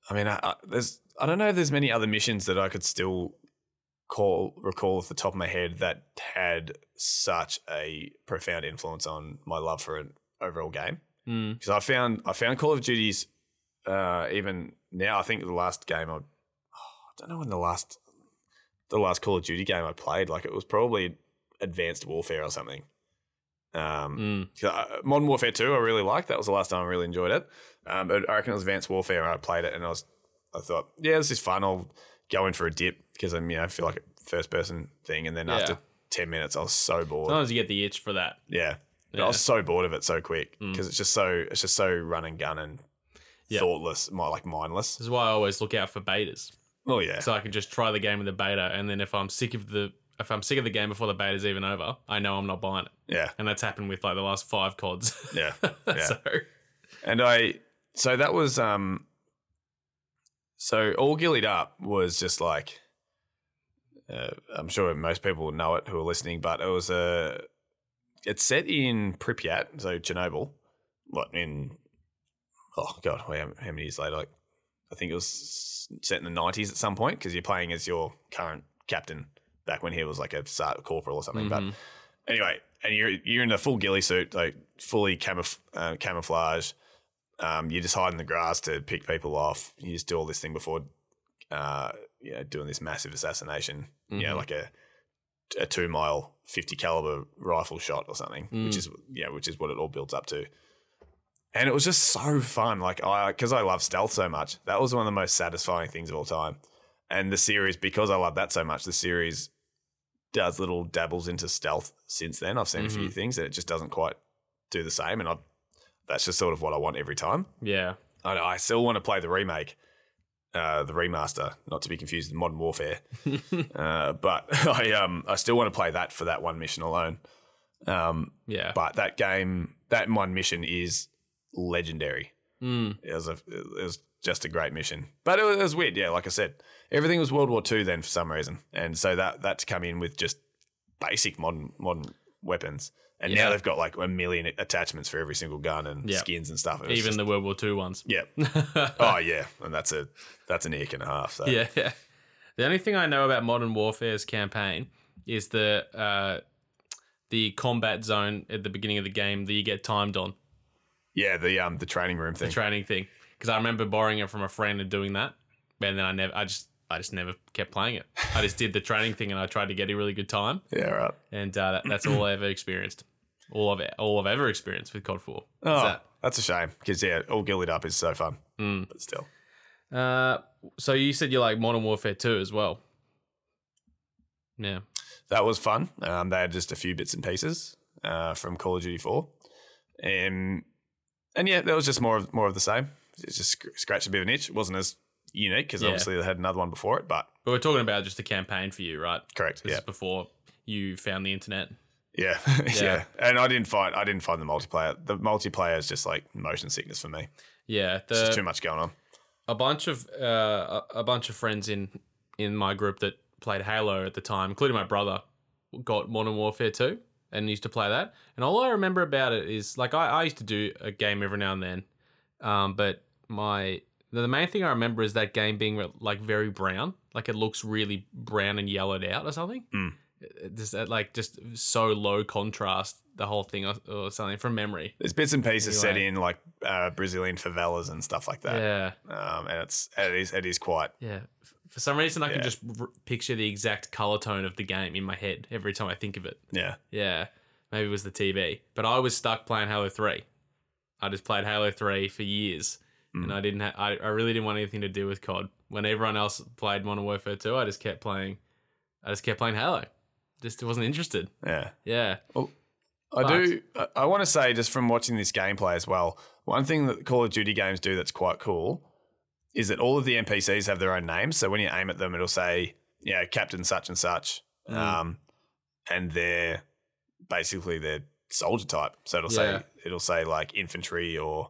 B: I mean, I, I, there's I don't know if there's many other missions that I could still call recall off the top of my head that had such a profound influence on my love for an overall game
A: Mm.
B: because I found I found Call of Duty's uh, even now. I think the last game I, oh, I don't know when the last the last Call of Duty game I played. Like it was probably Advanced Warfare or something. Um,
A: Mm.
B: 'cause I- Modern Warfare Two I really liked. That was the last time I really enjoyed it. Um, but I reckon it was Advanced Warfare. and I played it and I was I thought yeah this is fun. I'll go in for a dip because I'm you know I feel like a first person thing. And then
A: Yeah.
B: after ten minutes I was so bored.
A: Sometimes you get the itch for that.
B: Yeah. But
A: Yeah.
B: I was so bored of it so quick
A: Mm.
B: because it's just so it's just so run and gun and
A: Yeah.
B: thoughtless, mi- like mindless.
A: This is why I always look out for betas.
B: Oh yeah,
A: so I can just try the game in the beta, and then if I'm sick of the if I'm sick of the game before the beta's even over, I know I'm not buying it,
B: yeah,
A: and that's happened with like the last five cods.
B: yeah.
A: so
B: And I so that was um so all gillied up was just like uh, I'm sure most people know it who are listening, but it was a it's set in Pripyat, so Chernobyl, like in oh god, wait, how how many years later? Like I think it was set in the 90s at some point because you're playing as your current captain back when he was like a sar- corporal or something, but
A: mhm.
B: anyway, and you're you're in a full ghillie suit, like fully camouf- uh, camouflage. Um, you just hide in the grass to pick people off. You just do all this thing before, uh, you know, doing this massive assassination. You know,
A: Mhm.
B: like a a two mile fifty caliber rifle shot or something, which
A: Mm.
B: is yeah, which is what it all builds up to. And it was just so fun, like I because I love stealth so much. That was one of the most satisfying things of all time. And the series, because I love that so much, the series does little dabbles into stealth since then. I've seen a few things and it just doesn't quite do the same. And I, that's just sort of what I want every time.
A: yeah,
B: I, know, I still want to play the remake, uh, the remaster, not to be confused with Modern Warfare. uh, but I, um, I still want to play that for that one mission alone. Um,
A: yeah,
B: but that game that one mission is legendary.
A: Mm.
B: It was a, it was just a great mission, but it was, it was weird. Yeah, like I said, everything was World War II then for some reason, and so that that's come in with just basic modern modern weapons, and
A: Yeah.
B: now they've got like a million attachments for every single gun and
A: Yeah.
B: skins and stuff. It was
A: Even
B: just-
A: the World War II ones.
B: yeah. Oh yeah, and that's a that's an ick and a half. So.
A: yeah. The only thing I know about Modern Warfare's campaign is the uh, the combat zone at the beginning of the game that you get timed on
B: yeah, the um the training room
A: the
B: thing.
A: training thing because I remember borrowing it from a friend and doing that, and then I never I just I just never kept playing it. I just did the training thing and I tried to get a really good time,
B: yeah, right.
A: and uh, that, that's all I ever experienced. All I've all I've ever experienced with COD Four. is
B: Oh,
A: that.
B: that's a shame because yeah, all gilded up is so fun,
A: Mm.
B: but still.
A: Uh, so you said you like Modern Warfare Two as well. Yeah.
B: that was fun. Um, they had just a few bits and pieces uh, from Call of Duty Four, um, and yeah, that was just more of more of the same. It just sc- scratched a bit of an itch. It wasn't as unique because
A: Yeah.
B: obviously they had another one before it, but
A: But we're talking about just the campaign for you, right?
B: correct.
A: This is before you found the internet.
B: Yeah, yeah, yeah, And I didn't find I didn't find the multiplayer. The multiplayer is just like motion sickness for me.
A: Yeah,
B: It's just too
A: the,
B: much going on.
A: a bunch of uh, a- a bunch of friends in in my group that played Halo at the time, including my brother, got Modern Warfare 2 and used to play that. And all I remember about it is like I, I used to do a game every now and then, um, but my the, the main thing I remember is that game being re- like very brown, like it looks really brown and yellowed out or something.
B: Mm.
A: It- it Just uh, like just so low contrast, the whole thing or, or something from memory.
B: There's bits and pieces set
A: Anyway.
B: in like uh, Brazilian favelas and stuff like that.
A: Yeah,
B: Um, and it's it is it is quite
A: yeah. F- For some reason, I can
B: Yeah.
A: just r- picture the exact color tone of the game in my head every time I think of it.
B: yeah
A: Yeah, maybe it was the TV, but I was stuck playing Halo Three. I just played Halo Three for years, and
B: Mm.
A: I didn't. Ha- I I really didn't want anything to do with COD. When everyone else played Modern Warfare Two, I just kept playing. I just kept playing Halo. Just wasn't interested.
B: yeah.
A: Yeah.
B: I
A: But-
B: do. I- I want to say just from watching this gameplay as well. One thing that Call of Duty games do that's quite cool is that all of the NPCs have their own names. So when you aim at them, it'll say, you know, Captain such and such,
A: Mm.
B: um, and they're basically they're soldier type. So it'll
A: Yeah.
B: say it'll say like infantry or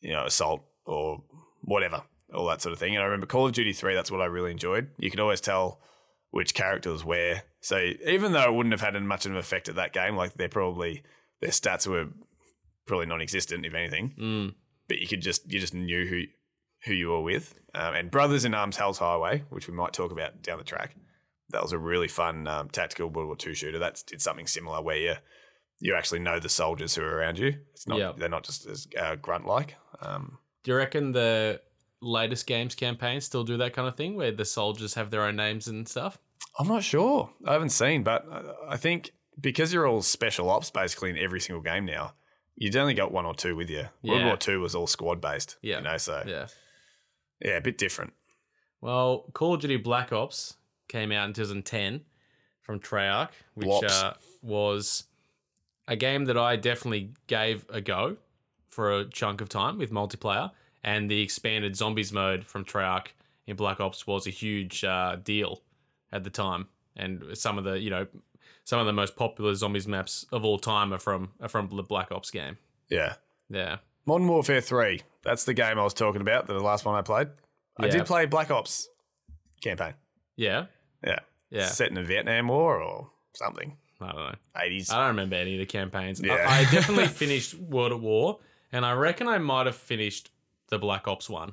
B: you know assault or whatever, all that sort of thing. And I remember Call of Duty Three. That's what I really enjoyed. You could always tell which characters where. So even though it wouldn't have had much of an effect at that game, like they're probably their stats were probably non-existent if anything.
A: Mm.
B: But you could just you just knew who who you were with. Um, and Brothers in Arms, Hell's Highway, which we might talk about down the track. That was a really fun um, tactical World War II shooter. That did something similar where you you actually know the soldiers who are around you. It's not
A: Yeah.
B: they're not just as uh, grunt like. Um,
A: Do you reckon the latest games campaigns still do that kind of thing where the soldiers have their own names and stuff?
B: I'm not sure. I haven't seen, but I- I think because you're all special ops basically in every single game now, you've only got one or two with you.
A: Yeah.
B: World War Two was all squad based.
A: Yeah.
B: You know, so yeah,
A: Yeah.
B: a bit different.
A: Well, Call of Duty Black Ops came out in 2010 from Treyarch, which
B: Blops.
A: uh, was a game that I definitely gave a go for a chunk of time with multiplayer, and the expanded zombies mode from Treyarch in Black Ops was a huge uh, deal at the time, and some of the you know some of the most popular zombies maps of all time are from are from the Black Ops game.
B: Yeah.
A: Yeah,
B: Modern Warfare Three. That's the game I was talking about. The last one I played. I
A: Yeah.
B: did play Black Ops campaign.
A: yeah,
B: Yeah.
A: yeah.
B: Set in the Vietnam War or something.
A: I don't know.
B: Eighties.
A: I don't remember any of the campaigns. I-
B: Yeah.
A: I, definitely finished World at War, and I reckon I might have finished the Black Ops one,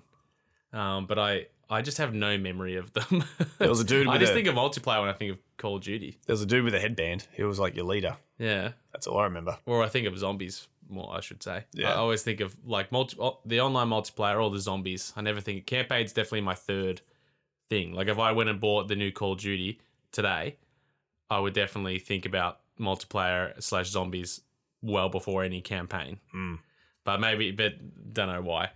A: um, but I I just have no memory of them.
B: There was a dude
A: I
B: with
A: just
B: a,
A: think of multiplayer when I think of Call of Duty.
B: there was a dude with a headband who was like your leader.
A: Yeah,
B: That's all I remember.
A: or I think of zombies more. I should say.
B: Yeah.
A: I always think of like multi- o- the online multiplayer or the zombies. I never think campaign's definitely my third thing. Like if I went and bought the new Call of Duty today, I would definitely think about multiplayer slash zombies well before any campaign.
B: Hmm.
A: But maybe, but don't know why.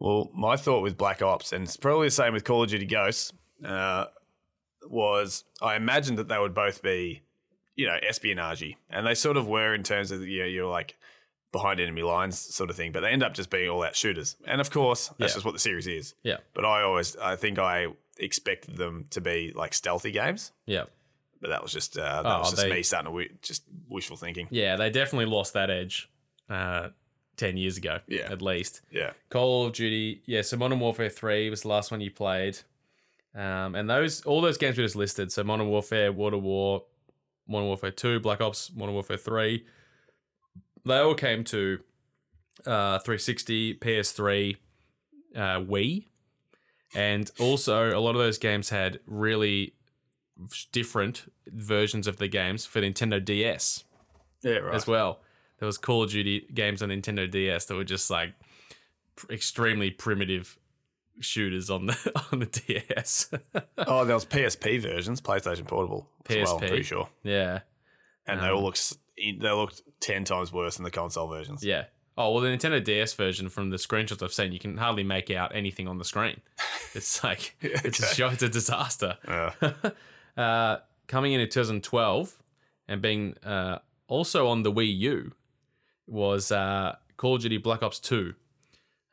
B: Well, my thought with Black Ops, and it's probably the same with Call of Duty Ghosts, uh, was I imagined that they would both be, you know, espionage and they sort of were in terms of you know you're like behind enemy lines sort of thing, but they end up just being all out shooters, and of course that's
A: Yeah.
B: just what the series is.
A: Yeah.
B: But I always, I think I expected them to be like stealthy games,
A: Yeah,
B: but that was just uh, that
A: Oh,
B: was just
A: they-
B: me starting to w- just wishful thinking.
A: yeah, they definitely lost that edge uh, 10 years ago,
B: Yeah.
A: at least.
B: Yeah.
A: Call of Duty, yeah. So Modern Warfare Three was the last one you played, um, and those all those games were just listed. So Modern Warfare, Water War, Modern Warfare Two, Black Ops, Modern Warfare Three. They all came to uh, 360, PS3, uh, Wii, and also a lot of those games had really different versions of the games for Nintendo DS
B: Yeah, right.
A: as well. There was Call of Duty games on Nintendo DS that were just like pr- extremely primitive shooters on the on the DS.
B: oh, there was PSP versions, PlayStation Portable. As well, I'm
A: PSP.
B: pretty sure.
A: yeah,
B: And they all
A: Um,
B: look s- they looked ten times worse than the console versions.
A: yeah. Oh well, the Nintendo DS version from the screenshots I've seen, you can hardly make out anything on the screen. It's like
B: Yeah,
A: it's a
B: okay.
A: show, it's a disaster.
B: Yeah.
A: uh, coming in in 2012 and being uh, also on the Wii U was uh, Call of Duty Black Ops 2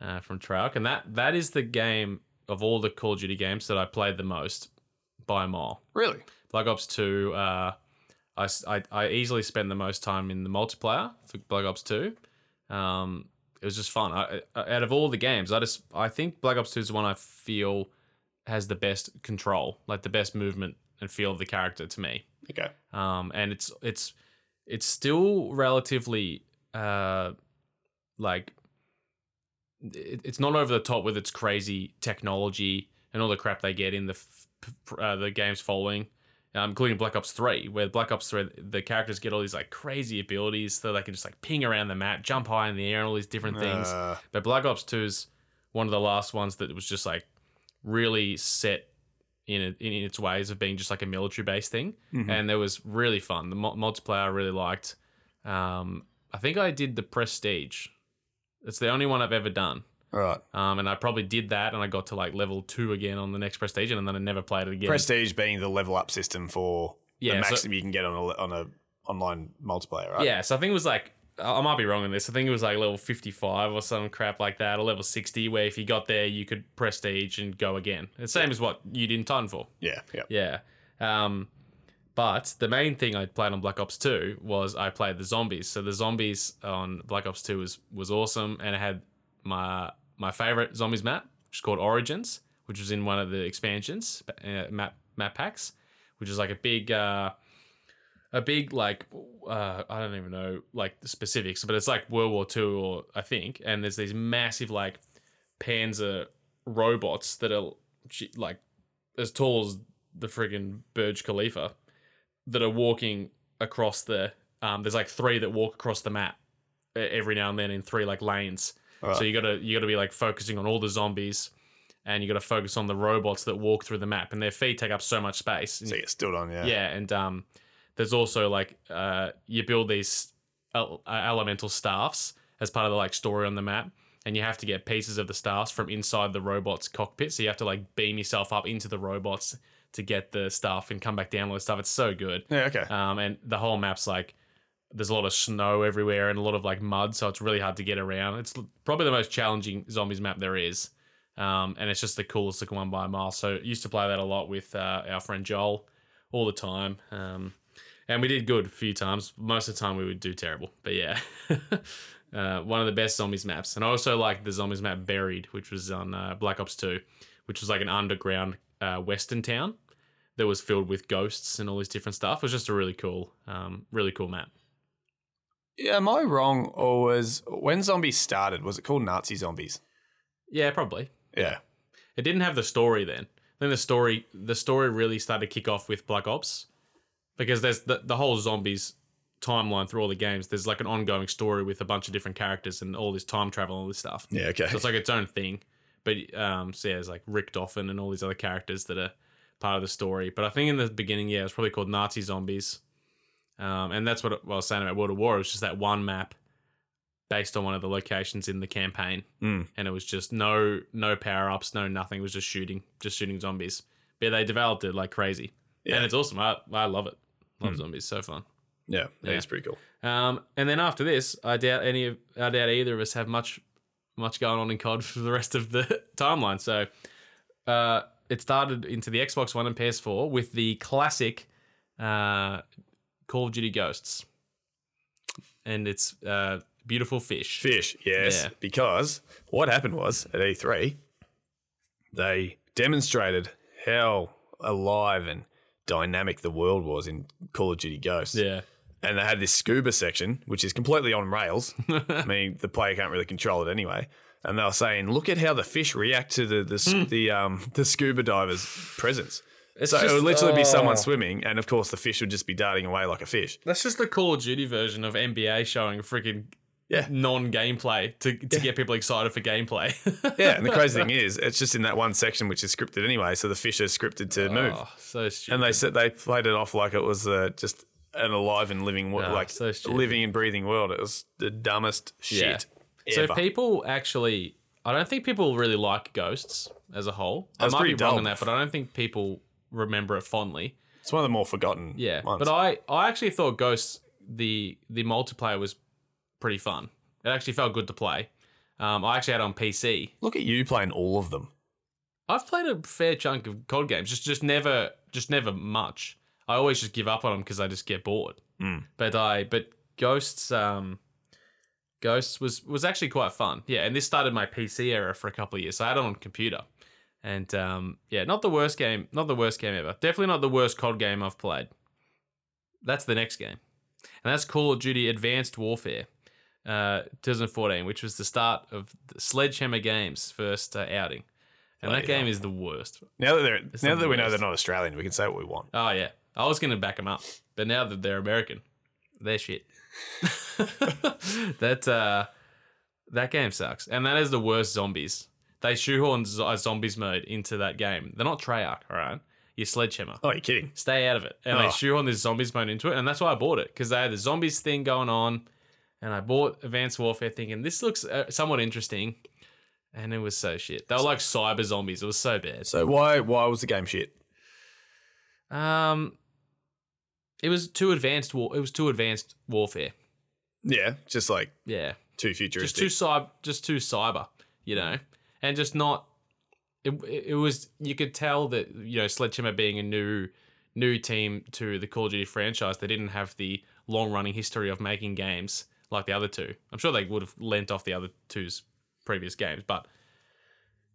A: uh, from Treyarch, and that that is the game of all the Call of Duty games that I played the most by a mile.
B: Really?
A: Black Ops 2, uh, I, s- I- I easily spent the most time in the multiplayer for Black Ops 2. Um, it was just fun. I, I, out of all the games, I just I think Black Ops 2 is the one I feel has the best control, like the best movement and feel of the character to me.
B: Okay.
A: Um, and it's it's it's still relatively uh, like it, it's not over the top with its crazy technology and all the crap they get in the f- f- uh, the games following, um, including Black Ops Three, where Black Ops Three the characters get all these like crazy abilities so they can just like ping around the map, jump high in the air, and all these different things.
B: Uh,
A: But Black Ops 2 is one of the last ones that was just like really set in, it in its ways of being just like a military based thing.
B: Mhm.
A: And there was really fun. The mu- multiplayer I really liked. Um, I think I did the Prestige. It's the only one I've ever done.
B: all right.
A: Um, and I probably did that and I got to like level two again on the next Prestige and then I never played it again.
B: Prestige being the level up system for
A: Yeah,
B: the
A: so-
B: maximum you can get on a on a online multiplayer, right?
A: Yeah, so I think it was like I I might be wrong on this. I think it was like level fifty five or some crap like that, or level sixty, where if you got there, you could prestige and go again. The same as what you did in Titanfall.
B: Yeah. Yeah.
A: Yeah. Um, but the main thing I played on Black Ops 2 was I played the zombies. So the zombies on Black Ops 2 was was awesome, and it had my my favorite zombies map, which is called Origins, which was in one of the expansions uh, map map packs, which is like a big. Uh, a big like uh, I don't even know like the specifics, but it's like World War Two or I think, and there's these massive like Panzer robots that are j- like as tall as the friggin' Burj Khalifa that are walking across the. Um, there's like three that walk across the map e- every now and then in three like lanes. So
B: Right.
A: you gotta you gotta be like focusing on all the zombies, and you gotta focus on the robots that walk through the map, and their feet take up so much space. And
B: So you get stood on, yeah.
A: yeah, and um, there's also like uh, you build these el- uh, elemental staffs as part of the like story on the map, and you have to get pieces of the staffs from inside the robot's cockpit. So you have to like beam yourself up into the robots to get the staff and come back down with the stuff. It's so good.
B: Yeah. Okay.
A: Um, and the whole map's like there's a lot of snow everywhere and a lot of like mud, so it's really hard to get around. It's l- probably the most challenging zombies map there is. Um, and it's just the coolest looking one by a mile. So used to play that a lot with uh, our friend Joel all the time. Um, and we did good a few times. Most of the time we would do terrible, but yeah, uh, one of the best zombies maps. And I also like the zombies map Buried, which was on uh, Black Ops Two, which was like an underground uh, western town that was filled with ghosts and all this different stuff. It was just a really cool, um, really cool map.
B: Yeah, am I wrong, or was when zombies started? Was it called Nazi zombies?
A: Yeah, probably.
B: Yeah,
A: It didn't have the story then. Then the story, the story really started to kick off with Black Ops, because there's the, the whole zombies timeline through all the games. There's like an ongoing story with a bunch of different characters and all this time travel and all this stuff.
B: yeah, okay.
A: So it's like its own thing. But um, so yeah, there's like Rick Doffin and all these other characters that are part of the story. But I think in the beginning, yeah, it was probably called Nazi Zombies. Um, and that's what I was saying about World of War. It was just that one map based on one of the locations in the campaign.
B: Mm.
A: And it was just no no power ups, no nothing. It was just shooting, just shooting zombies. But they developed it like crazy.
B: Yeah.
A: And it's awesome. I, I love it. Love
B: Mm.
A: zombies. So fun.
B: yeah,
A: Yeah.
B: it's pretty cool.
A: Um, and then after this, I doubt any of I doubt either of us have much much going on in COD for the rest of the timeline. So uh, it started into the Xbox One and PS4 with the classic uh, Call of Duty Ghosts, and it's uh, Beautiful fish.
B: Fish, yes.
A: Yeah.
B: Because what happened was at E3, they demonstrated how alive and dynamic the world was in Call of Duty Ghosts.
A: Yeah.
B: And they had this scuba section, which is completely on rails. I mean, the player can't really control it anyway. And they were saying, look at how the fish react to the the, s-
A: Hmm.
B: the um the scuba diver's presence. so it would literally be someone swimming, and of course the fish would just be darting away like a fish.
A: oh. That's just the Call of Duty version of NBA showing freaking
B: Yeah.
A: non gameplay to, to get people excited for gameplay.
B: Yeah, and the crazy thing is, it's just in that one section which is scripted anyway, so the fish are scripted to move.
A: Oh, so stupid.
B: And they said they played it off like it was uh, just an alive and living, wo-
A: Ah,
B: like
A: so stupid.
B: living and breathing world. It was the dumbest
A: Yeah.
B: shit
A: so
B: ever.
A: people actually, I don't think people really like ghosts as a whole. I
B: That's
A: might be
B: pretty
A: wrong
B: dull.
A: on that, but I don't think people remember it fondly.
B: it's one of the more forgotten.
A: Yeah,
B: ones.
A: but I, I actually thought Ghosts the the multiplayer was pretty fun. It actually felt good to play. Um, I actually had it on PC.
B: look at you playing all of them.
A: I've played a fair chunk of COD games, just just never just never much. I always just give up on them because I just get bored.
B: Mm.
A: But I but Ghosts um Ghosts was was actually quite fun. Yeah, and this started my PC era for a couple of years. So I had it on computer, and um yeah, not the worst game, not the worst game ever. Definitely not the worst COD game I've played. That's the next game, and that's Call of Duty Advanced Warfare. Uh, 2014, which was the start of the Sledgehammer Games' first uh, outing, and
B: Bloody
A: that game
B: hell.
A: is the worst.
B: Now that they're
A: It's
B: now
A: not
B: that
A: the
B: we know
A: worst.
B: they're not Australian, we can say what we want.
A: Oh yeah, I was gonna back them up, but now that they're American, they're shit. that uh, that game sucks, and that is the worst zombies. They shoehorn zo- a zombies mode into that game. They're not Treyarch, all right? You're Sledgehammer.
B: Oh, you're kidding?
A: Stay out of it. And they
B: Oh.
A: shoehorn this zombies mode into it, and that's why I bought it because they had the zombies thing going on, and I bought Advanced Warfare thinking this looks uh, somewhat interesting, and it was so shit. They were like cyber zombies. It was so bad.
B: So why why was the game shit?
A: Um, it was too advanced war. It was too advanced warfare.
B: Yeah, just like
A: Yeah,
B: too
A: just
B: futuristic.
A: too cyber, just too cyber. You know, and just not. It, it was you could tell that you know Sledgehammer being a new new team to the Call of Duty franchise, they didn't have the long running history of making games like the other two. I'm sure they would have lent off the other two's previous games, but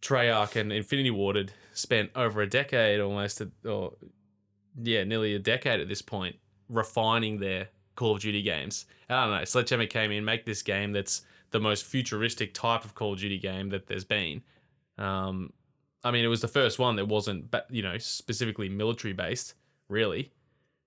A: Treyarch and Infinity Warded spent over a decade almost, at, or yeah, nearly a decade at this point, refining their Call of Duty games. I don't know. Sledgehammer came in, make this game that's the most futuristic type of Call of Duty game that there's been. Um, I mean, it was the first one that wasn't, ba- you know, specifically military based. Really,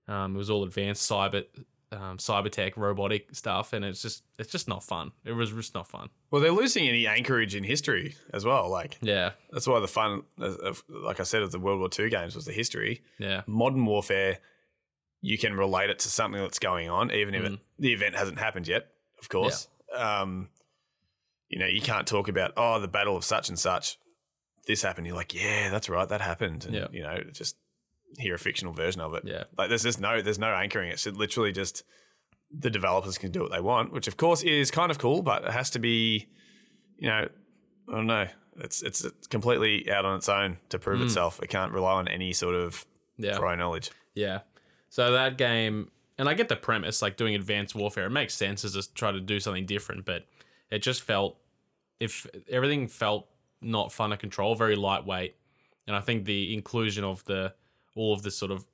A: um, it was all advanced cyber, um, cyber tech, robotic stuff, and it's just, it's just not fun. It was just not fun.
B: well, they're losing any anchorage in history as well. Like
A: Yeah,
B: that's why the fun, of, of- like I said, of the World War II games was the history.
A: yeah,
B: modern warfare, you can relate it to something that's going on, even if it,
A: Mhm.
B: the event hasn't happened yet, of course. Um, you know, you can't talk about, oh, the battle of such and such, this happened. You're like, yeah, that's right, that happened. And,
A: Yeah.
B: you know, just hear a fictional version of it.
A: yeah.
B: Like there's just no there's no anchoring. It's literally just the developers can do what they want, which of course is kind of cool, but it has to be, you know, I don't know. It's it's completely out on its own to prove
A: Mm.
B: itself. It can't rely on any sort of
A: Yeah.
B: prior knowledge.
A: Yeah. So that game, and I get the premise, like doing advanced warfare, it makes sense as to try to do something different, but it just felt, if everything felt not fun to control, very lightweight, and I think the inclusion of the all of this sort of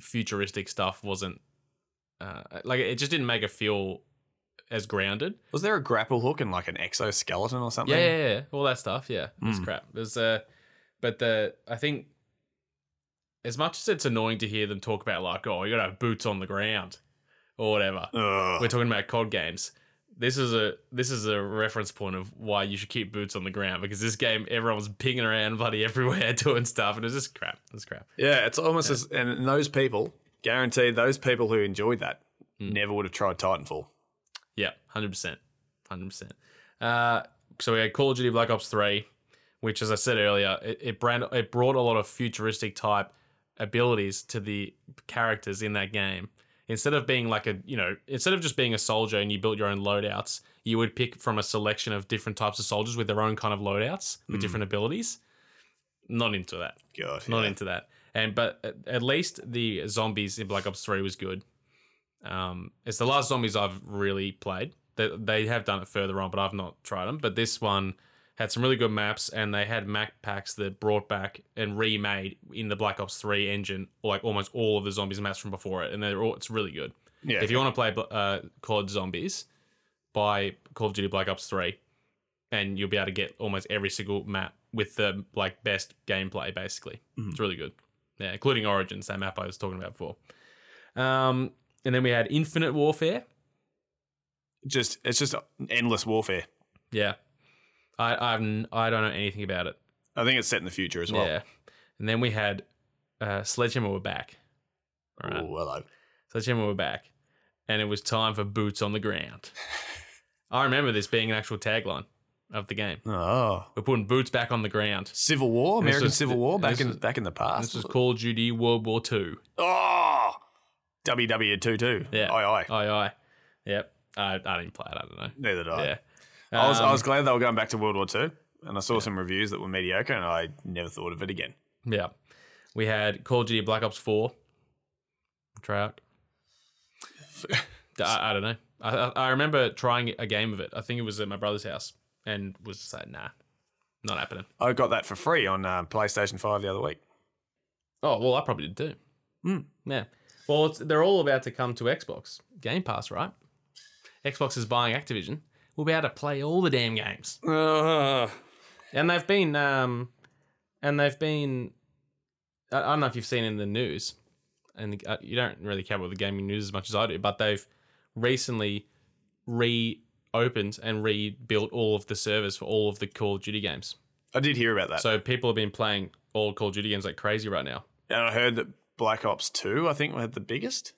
A: futuristic stuff wasn't uh, like it just didn't make it feel as grounded.
B: Was there a grapple hook and like an exoskeleton or something?
A: Yeah, yeah, yeah. All that stuff. Yeah, it's
B: Mm.
A: crap. There's uh, but the I think as much as it's annoying to hear them talk about like, oh, you gotta have boots on the ground or whatever.
B: Ugh.
A: We're talking about COD games. This is a this is a reference point of why you should keep boots on the ground because this game everyone's pinging around bloody everywhere doing stuff and it's just crap. It's crap.
B: yeah, it's almost as and those people, guaranteed those people who enjoyed that
A: Mm.
B: never would have tried Titanfall.
A: Yeah, hundred percent, hundred percent. Uh, so we had Call of Duty Black Ops Three, which, as I said earlier, it it, brand, it brought a lot of futuristic type abilities to the characters in that game. Instead of being like a you know, instead of just being a soldier and you built your own loadouts, you would pick from a selection of different types of soldiers with their own kind of loadouts with
B: Mm.
A: different abilities. Not into that
B: God.
A: not
B: yeah.
A: into that. And but at- at least the zombies in Black Ops Three was good. Um, it's the last zombies I've really played. They, they have done it further on, but I've not tried them. But this one had some really good maps, and they had map packs that brought back and remade in the Black Ops Three engine, like almost all of the zombies maps from before it, and they're all it's really good.
B: Yeah.
A: If you want to play uh, COD Zombies, buy Call of Duty Black Ops Three, and you'll be able to get almost every single map with the like best gameplay. Basically,
B: Mhm.
A: it's really good. Yeah, including Origins, that map I was talking about before. Um, and then we had Infinite Warfare.
B: just it's just endless warfare.
A: Yeah, I I've, n- I don't know anything about it.
B: I think it's set in the future as well.
A: Yeah, and then we had uh, Sledgehammer. We're back. All right.
B: Ooh, hello.
A: So Jim, we were back, and it was time for boots on the ground. I remember this being an actual tagline of the game.
B: Oh,
A: We're putting boots back on the ground.
B: Civil War,
A: And this
B: American
A: was-
B: Civil War,
A: and
B: back
A: this
B: in
A: was-
B: back in the
A: And
B: past.
A: this was Call of Duty World War Two.
B: Oh, WW22.
A: Yeah. Oh.
B: Aye, aye.
A: Aye, aye. Yep. I, I didn't play it. I don't know.
B: Neither did I.
A: Yeah.
B: I, was, I
A: Um,
B: was glad they were going back to World War Two, and I saw some reviews that were mediocre, and I never thought of it again.
A: Yeah. We had Call of Duty Black Ops 4. Treyarch. I, I don't know. I, I I remember trying a game of it. I think it was at my brother's house and was just like, nah, not happening.
B: I got that for free on uh, PlayStation Five the other week.
A: Oh well, I probably did too.
B: Hmm.
A: Yeah. Well, it's, they're all about to come to Xbox Game Pass, right? Xbox is buying Activision. We'll be able to play all the damn games, Uh. and they've been, um, and they've been. I, I don't know if you've seen in the news, and uh, you don't really care about the gaming news as much as I do, but they've recently reopened and rebuilt all of the servers for all of the Call of Duty games.
B: I did hear about that,
A: So people have been playing all Call of Duty games like crazy right now.
B: and I heard that Black Ops Two, I think, had the biggest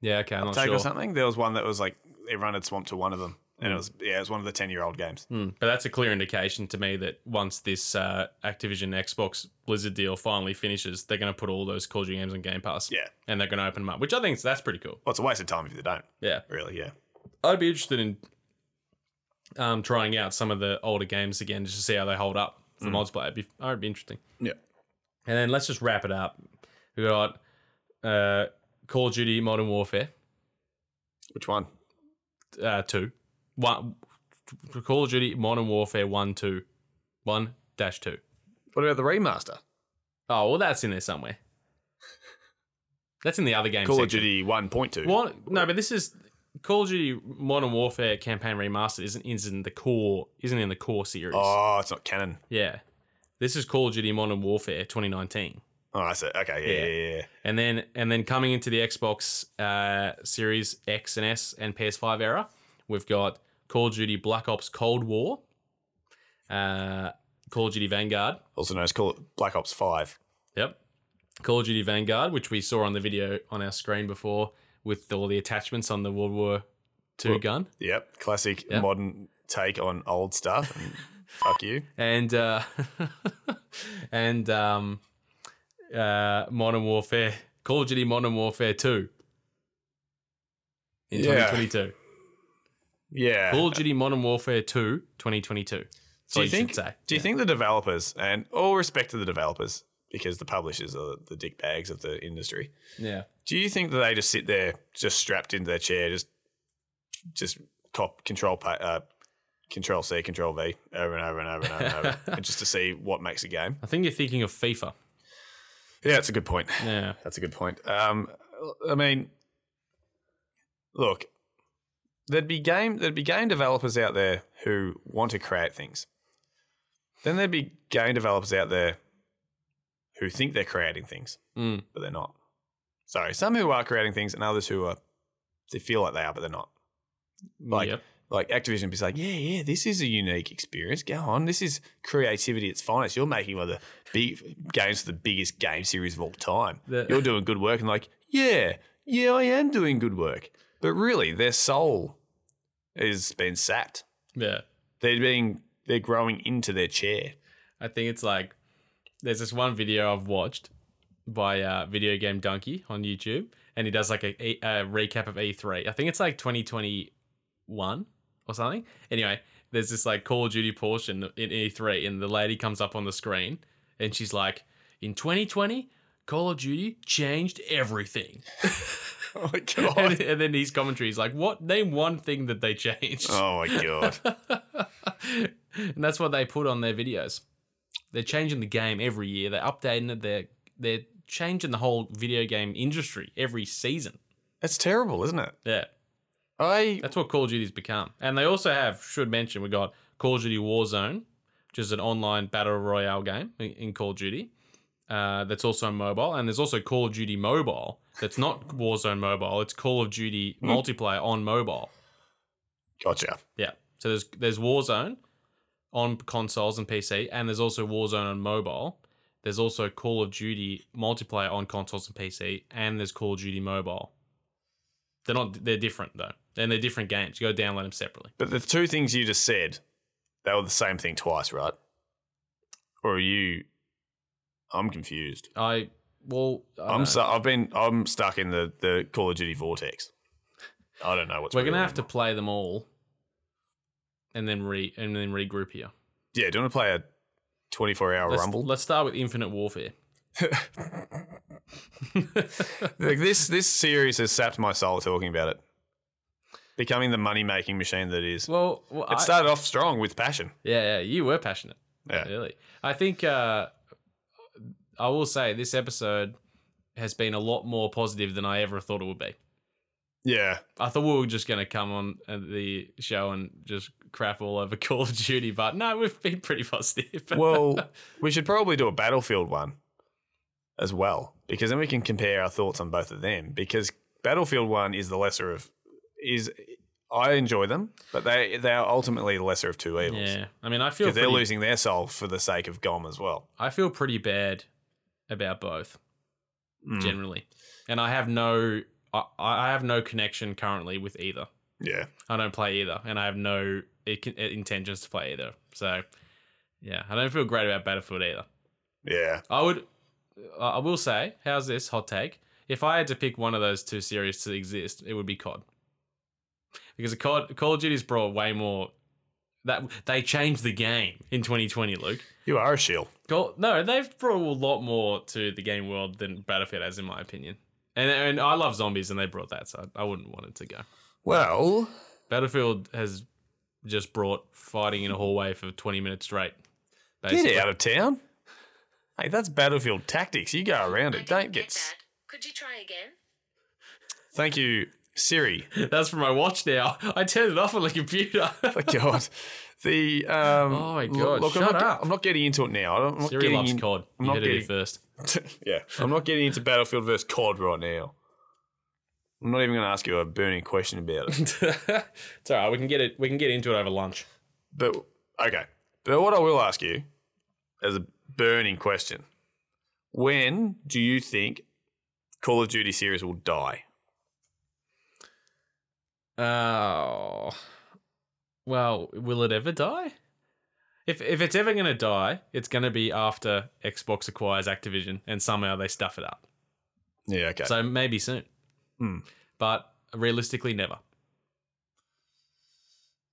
A: Yeah, okay, I'm not
B: take
A: sure. Hmm.
B: or something. There was one that was like everyone had swamped to one of them, and it was yeah, it was one of the ten-year-old games.
A: Mm, but that's a clear indication to me that once this uh, Activision Xbox Blizzard deal finally finishes, they're going to put all those Call of Duty games on Game Pass.
B: Yeah.
A: And they're going to open them up, which I think is- that's pretty cool.
B: Well, it's a waste of time if they don't.
A: Yeah.
B: Really, yeah.
A: I'd be interested in um, trying out some of the older games again just to see how they hold up for mods play. It'd be, oh, it'd be interesting.
B: Yeah.
A: And then let's just wrap it up. We got uh, Call of Duty Modern Warfare
B: Which one?
A: uh, 2. One, Call of Duty Modern Warfare 1 2. 1 dash 2.
B: What about the remaster?
A: Oh well, that's in there somewhere. That's in the other game.
B: Call of
A: section.
B: Duty 1.2.
A: What? No, but this is Call of Duty Modern Warfare campaign remastered. Isn't isn't the core? Isn't in the core series?
B: Oh, it's not canon.
A: Yeah, this is Call of Duty Modern Warfare 2019,
B: Oh, I see. Okay, yeah, yeah, yeah.
A: and then and then coming into the Xbox uh, Series X and S and PS5 era, we've got Call of Duty Black Ops Cold War, uh, Call of Duty Vanguard,
B: Also known as Call Black Ops 5.
A: Yep. Call of Duty Vanguard, which we saw on the video on our screen before with all the attachments on the World War II
B: Well-
A: gun.
B: Yep, classic
A: Yep.
B: modern take on old stuff. And fuck you.
A: And uh, and um, uh, Modern Warfare Call of Duty Modern Warfare 2 in
B: Yeah.
A: 2022.
B: Yeah.
A: Call of Duty Modern Warfare 2 2022.
B: do you
A: should
B: think?
A: say.
B: Do you
A: Yeah.
B: think the developers, and all respect to the developers, because the publishers are the dick bags of the industry.
A: Yeah.
B: Do you think that they just sit there, just strapped into their chair, just just cop control pa- uh, control C, control V, over and over and over and over, and over and just to see what makes a game?
A: I think you're thinking of FIFA.
B: Yeah, that's a good point.
A: Yeah.
B: That's a good point. Um, I mean, look, there'd be game there'd be game developers out there who want to create things. Then there'd be game developers out there who think they're creating things,
A: Mm.
B: but they're not. Sorry, some who are creating things, and others who are they feel like they are, but they're not. Like-
A: yep.
B: Like Activision would be like, yeah, yeah, this is a unique experience. Go on, this is creativity at its finest. You're making one of the big games for the biggest game series of all time
A: The-
B: you're doing good work and like yeah yeah i am doing good work but really their soul is being sapped
A: yeah.
B: they're being they're growing into their chair
A: I think it's like there's this one video I've watched by uh, Video Game Donkey on YouTube, and he does like a, a recap of E3. I think it's like 2021 or something. Anyway, there's this like Call of Duty portion in E3, and the lady comes up on the screen, and she's like, "In 2020, Call of Duty changed everything."
B: Oh my god.
A: and, and then his commentary is like, "What? Name one thing that they changed."
B: Oh my god.
A: and that's what they put on their videos. They're changing the game every year. They're updating it. They're they're changing the whole video game industry every season.
B: That's terrible, isn't it?
A: Yeah,
B: I
A: that's what Call of Duty's become. And they also have, should mention, we got Call of Duty Warzone, which is an online battle royale game in- in Call of Duty. Uh, that's also mobile, and there's also Call of Duty Mobile. That's not Warzone Mobile. It's Call of Duty multiplayer on mobile.
B: gotcha.
A: Yeah. So there's there's Warzone on consoles and PC, and there's also Warzone on mobile. There's also Call of Duty multiplayer on consoles and PC, and there's Call of Duty mobile. They're not they're different though, and they're different games. You got to download them separately.
B: But the two things you just said, they were the same thing twice, right? Or are you? I'm confused.
A: I well I
B: I'm
A: don't
B: so,
A: know.
B: I've been I'm stuck in the the Call of Duty vortex. I don't know what's.
A: We're gonna
B: real
A: have to
B: anymore.
A: play them all, and then re and then regroup here.
B: Yeah, do you want to play a 24 hour
A: Let's,
B: rumble?
A: let's start with Infinite Warfare.
B: Like this this series has sapped my soul talking about it. Becoming the money making machine that it is.
A: well, well I-
B: it started off strong with passion.
A: yeah, yeah, you were passionate.
B: Yeah.
A: Really. I think uh, I will say this episode has been a lot more positive than I ever thought it would be.
B: Yeah.
A: I thought we were just going to come on uh, the show and just crap all over Call of Duty, but no, we've been pretty positive.
B: Well, we should probably do a Battlefield one as well, because then we can compare our thoughts on both of them. Because Battlefield one is the lesser of is I enjoy them, but they they are ultimately the lesser of two evils.
A: yeah. I mean, I feel
B: Because they're
A: pretty,
B: losing their soul for the sake of GOM as well.
A: I feel pretty bad about both
B: Mm.
A: generally, and I have no, I, I have no connection currently with either.
B: Yeah.
A: I don't play either, and I have no i- intentions to play either. So, yeah, I don't feel great about Battlefield either.
B: Yeah.
A: I would, I I will say, how's this hot take? If I had to pick one of those two series to exist, it would be COD, because a COD, Call of Duty's brought way more. That they changed the game in 2020, Luke.
B: You are a shill.
A: Call, no, they've brought a lot more to the game world than Battlefield has, in my opinion. And and I love zombies, and they brought that, so I wouldn't want it to go.
B: Well,
A: Battlefield has just brought fighting in a hallway for 20 minutes straight.
B: get out of town. Hey, that's Battlefield tactics. You go around it. Don't get. s-
C: Could you try again?
B: Thank you, Siri.
A: That's for my watch now. I turned it off on the computer.
B: Oh, God. The um,
A: Oh, my
B: lo-
A: God,
B: Look, I'm
A: shut
B: not,
A: up.
B: I'm not getting into it now. I don't, I'm not
A: Siri
B: getting
A: loves
B: in-
A: COD.
B: I'm
A: you
B: not
A: heard it
B: getting,
A: here first.
B: yeah, I'm not getting into Battlefield versus COD right now. I'm not even going to ask you a burning question about it.
A: it's all right. We can get it. We can get into it over lunch.
B: but okay. But what I will ask you as a burning question: When do you think Call of Duty series will die?
A: Oh, well, will it ever die? If if it's ever gonna die, it's gonna be after Xbox acquires Activision and somehow they stuff it up.
B: Yeah. Okay.
A: So maybe soon.
B: Hmm.
A: But realistically, never.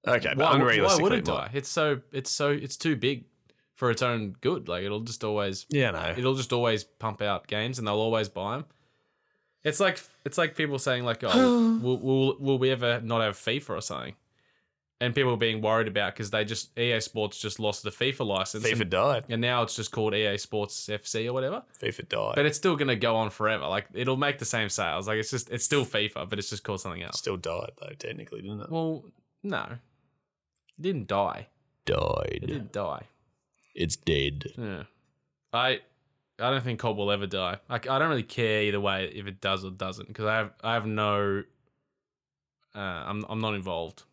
B: okay. But
A: why, why
B: unrealistically,
A: would it
B: might-
A: die? It's so it's so it's too big for its own good. Like it'll just always
B: Yeah. No.
A: it'll just always pump out games, and they'll always buy them. It's like it's like people saying like, oh, will, will will we ever not have FIFA or something? And people being worried about because they just EA Sports just lost the FIFA license,
B: FIFA
A: And,
B: died.
A: and now it's just called EA Sports FC or whatever.
B: FIFA died.
A: But it's still gonna go on forever. Like it'll make the same sales. Like it's just it's still FIFA, but it's just called something else.
B: Still died though, technically, didn't it?
A: Well, no, it didn't die. It
B: Died.
A: didn't die.
B: It's dead.
A: Yeah. I I don't think Cobb will ever die. I, I don't really care either way if it does or doesn't because I have I have no uh, I'm I'm not involved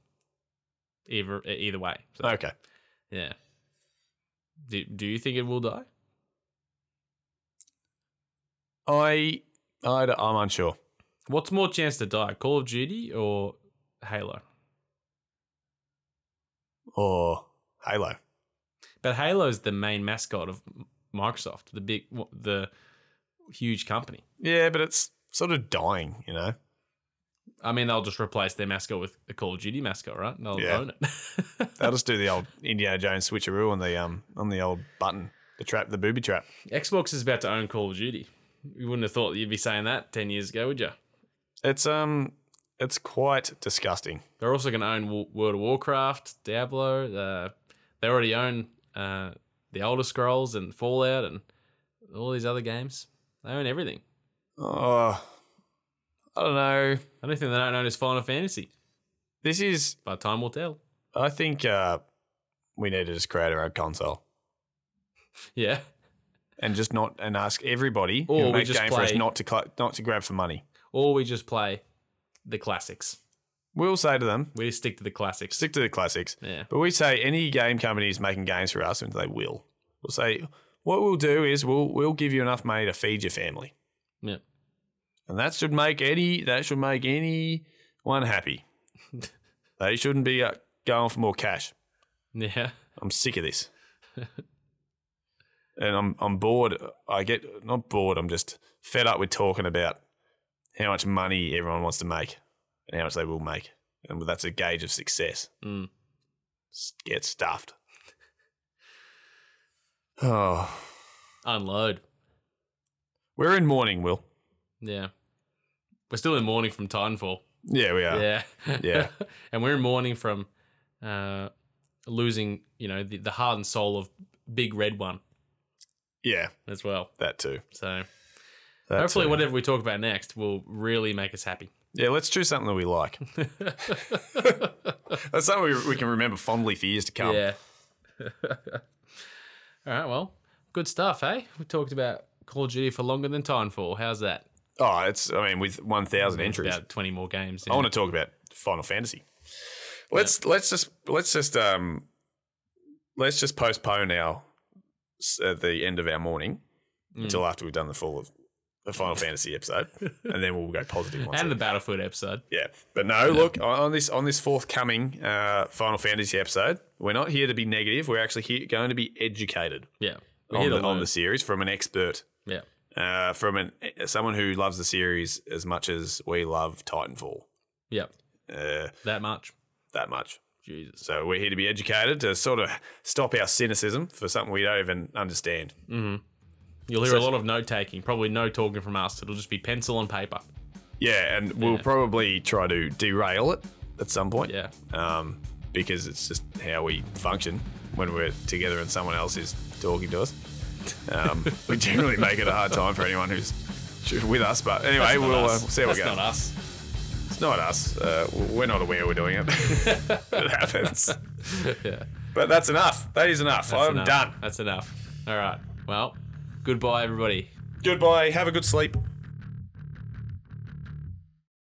A: either either way. So,
B: Okay.
A: Yeah. Do do you think it will die?
B: I, I am unsure.
A: What's more chance to die, Call of Duty or Halo?
B: Or Halo.
A: But Halo's the main mascot of Microsoft, the big the huge company.
B: Yeah, but it's sort of dying, you know.
A: I mean, they'll just replace their mascot with a Call of Duty mascot, right? They'll
B: Yeah.
A: own it.
B: They'll just do the old Indiana Jones switcheroo on the um on the old button, the trap, the booby trap.
A: Xbox is about to own Call of Duty. You wouldn't have thought you'd be saying that 10 years ago, would you?
B: It's um, it's quite disgusting.
A: They're also going to own Wo- World of Warcraft, Diablo. Uh, they already own uh, the Elder Scrolls and Fallout and all these other games. They own everything.
B: Oh, I don't know.
A: The only thing they don't own is Final Fantasy,
B: This is.
A: but time will tell.
B: I think uh, we need to just create our own console
A: Yeah.
B: and just not and ask everybody
A: Or
B: who
A: we
B: make
A: just
B: game for us
A: play-
B: not to cl- not to grab for money.
A: Or we just play the classics.
B: We'll say to them,
A: We just stick to the classics.
B: stick to the classics.
A: yeah.
B: But we say any game company is making games for us, and they will. We'll say what we'll do is we'll we'll give you enough money to feed your family.
A: Yeah.
B: and that should make any that should make anyone happy. they shouldn't be uh, going for more cash.
A: Yeah.
B: I'm sick of this, and I'm I'm bored. I get not bored. I'm just fed up with talking about how much money everyone wants to make and how much they will make, and that's a gauge of success.
A: Mm.
B: S- Get stuffed. Oh,
A: Unload.
B: we're in mourning, Will.
A: Yeah. We're still in mourning from Titanfall.
B: Yeah, we are.
A: Yeah.
B: Yeah.
A: and we're in mourning from uh, losing, you know, the, the heart and soul of Big Red One
B: yeah
A: as well.
B: that too.
A: So
B: That
A: hopefully,
B: too.
A: whatever we talk about next will really make us happy.
B: Yeah, let's choose something that we like. That's something we, we can remember fondly for years to come.
A: Yeah. All right. Well, good stuff, hey? We talked about Call of Duty for longer than Titanfall. How's that?
B: Oh, it's, I mean, with 1,000 entries.
A: About 20 more games.
B: I want to talk about Final Fantasy. Let's, let's just, let's just, um, let's just postpone our, s- uh, the end of our morning
A: Mm.
B: until after we've done the full of the Final Fantasy episode and then we'll go positive once
A: And
B: again.
A: the Battlefield episode.
B: Yeah, but no, look on on this on this forthcoming uh, Final Fantasy episode, we're not here to be negative. We're actually here, going to be educated
A: Yeah. We're
B: on
A: here to
B: the, on
A: learn.
B: the series from an expert,
A: Yeah.
B: uh, from an someone who loves the series as much as we love Titanfall
A: Yeah.
B: uh,
A: That much.
B: that much.
A: Jesus.
B: So we're here to be educated to sort of stop our cynicism for something we don't even understand.
A: You'll hear
B: So-
A: a lot of note taking, probably no talking from us. It'll just be pencil and paper.
B: Yeah, and we'll probably try to derail it at some point.
A: Yeah.
B: um, because it's just how we function when we're together and someone else is talking to us. Um, we generally make it a hard time for anyone who's with us, but anyway,
A: Not
B: we'll, uh, we'll
A: us.
B: see how we
A: That's
B: go.
A: not us.
B: It's not us. Uh, we're not aware we're doing it. it happens.
A: Yeah.
B: But that's enough. That is enough.
A: That's
B: I'm
A: enough.
B: done.
A: That's enough. All right. Well, goodbye, everybody.
B: Goodbye. Have a good sleep.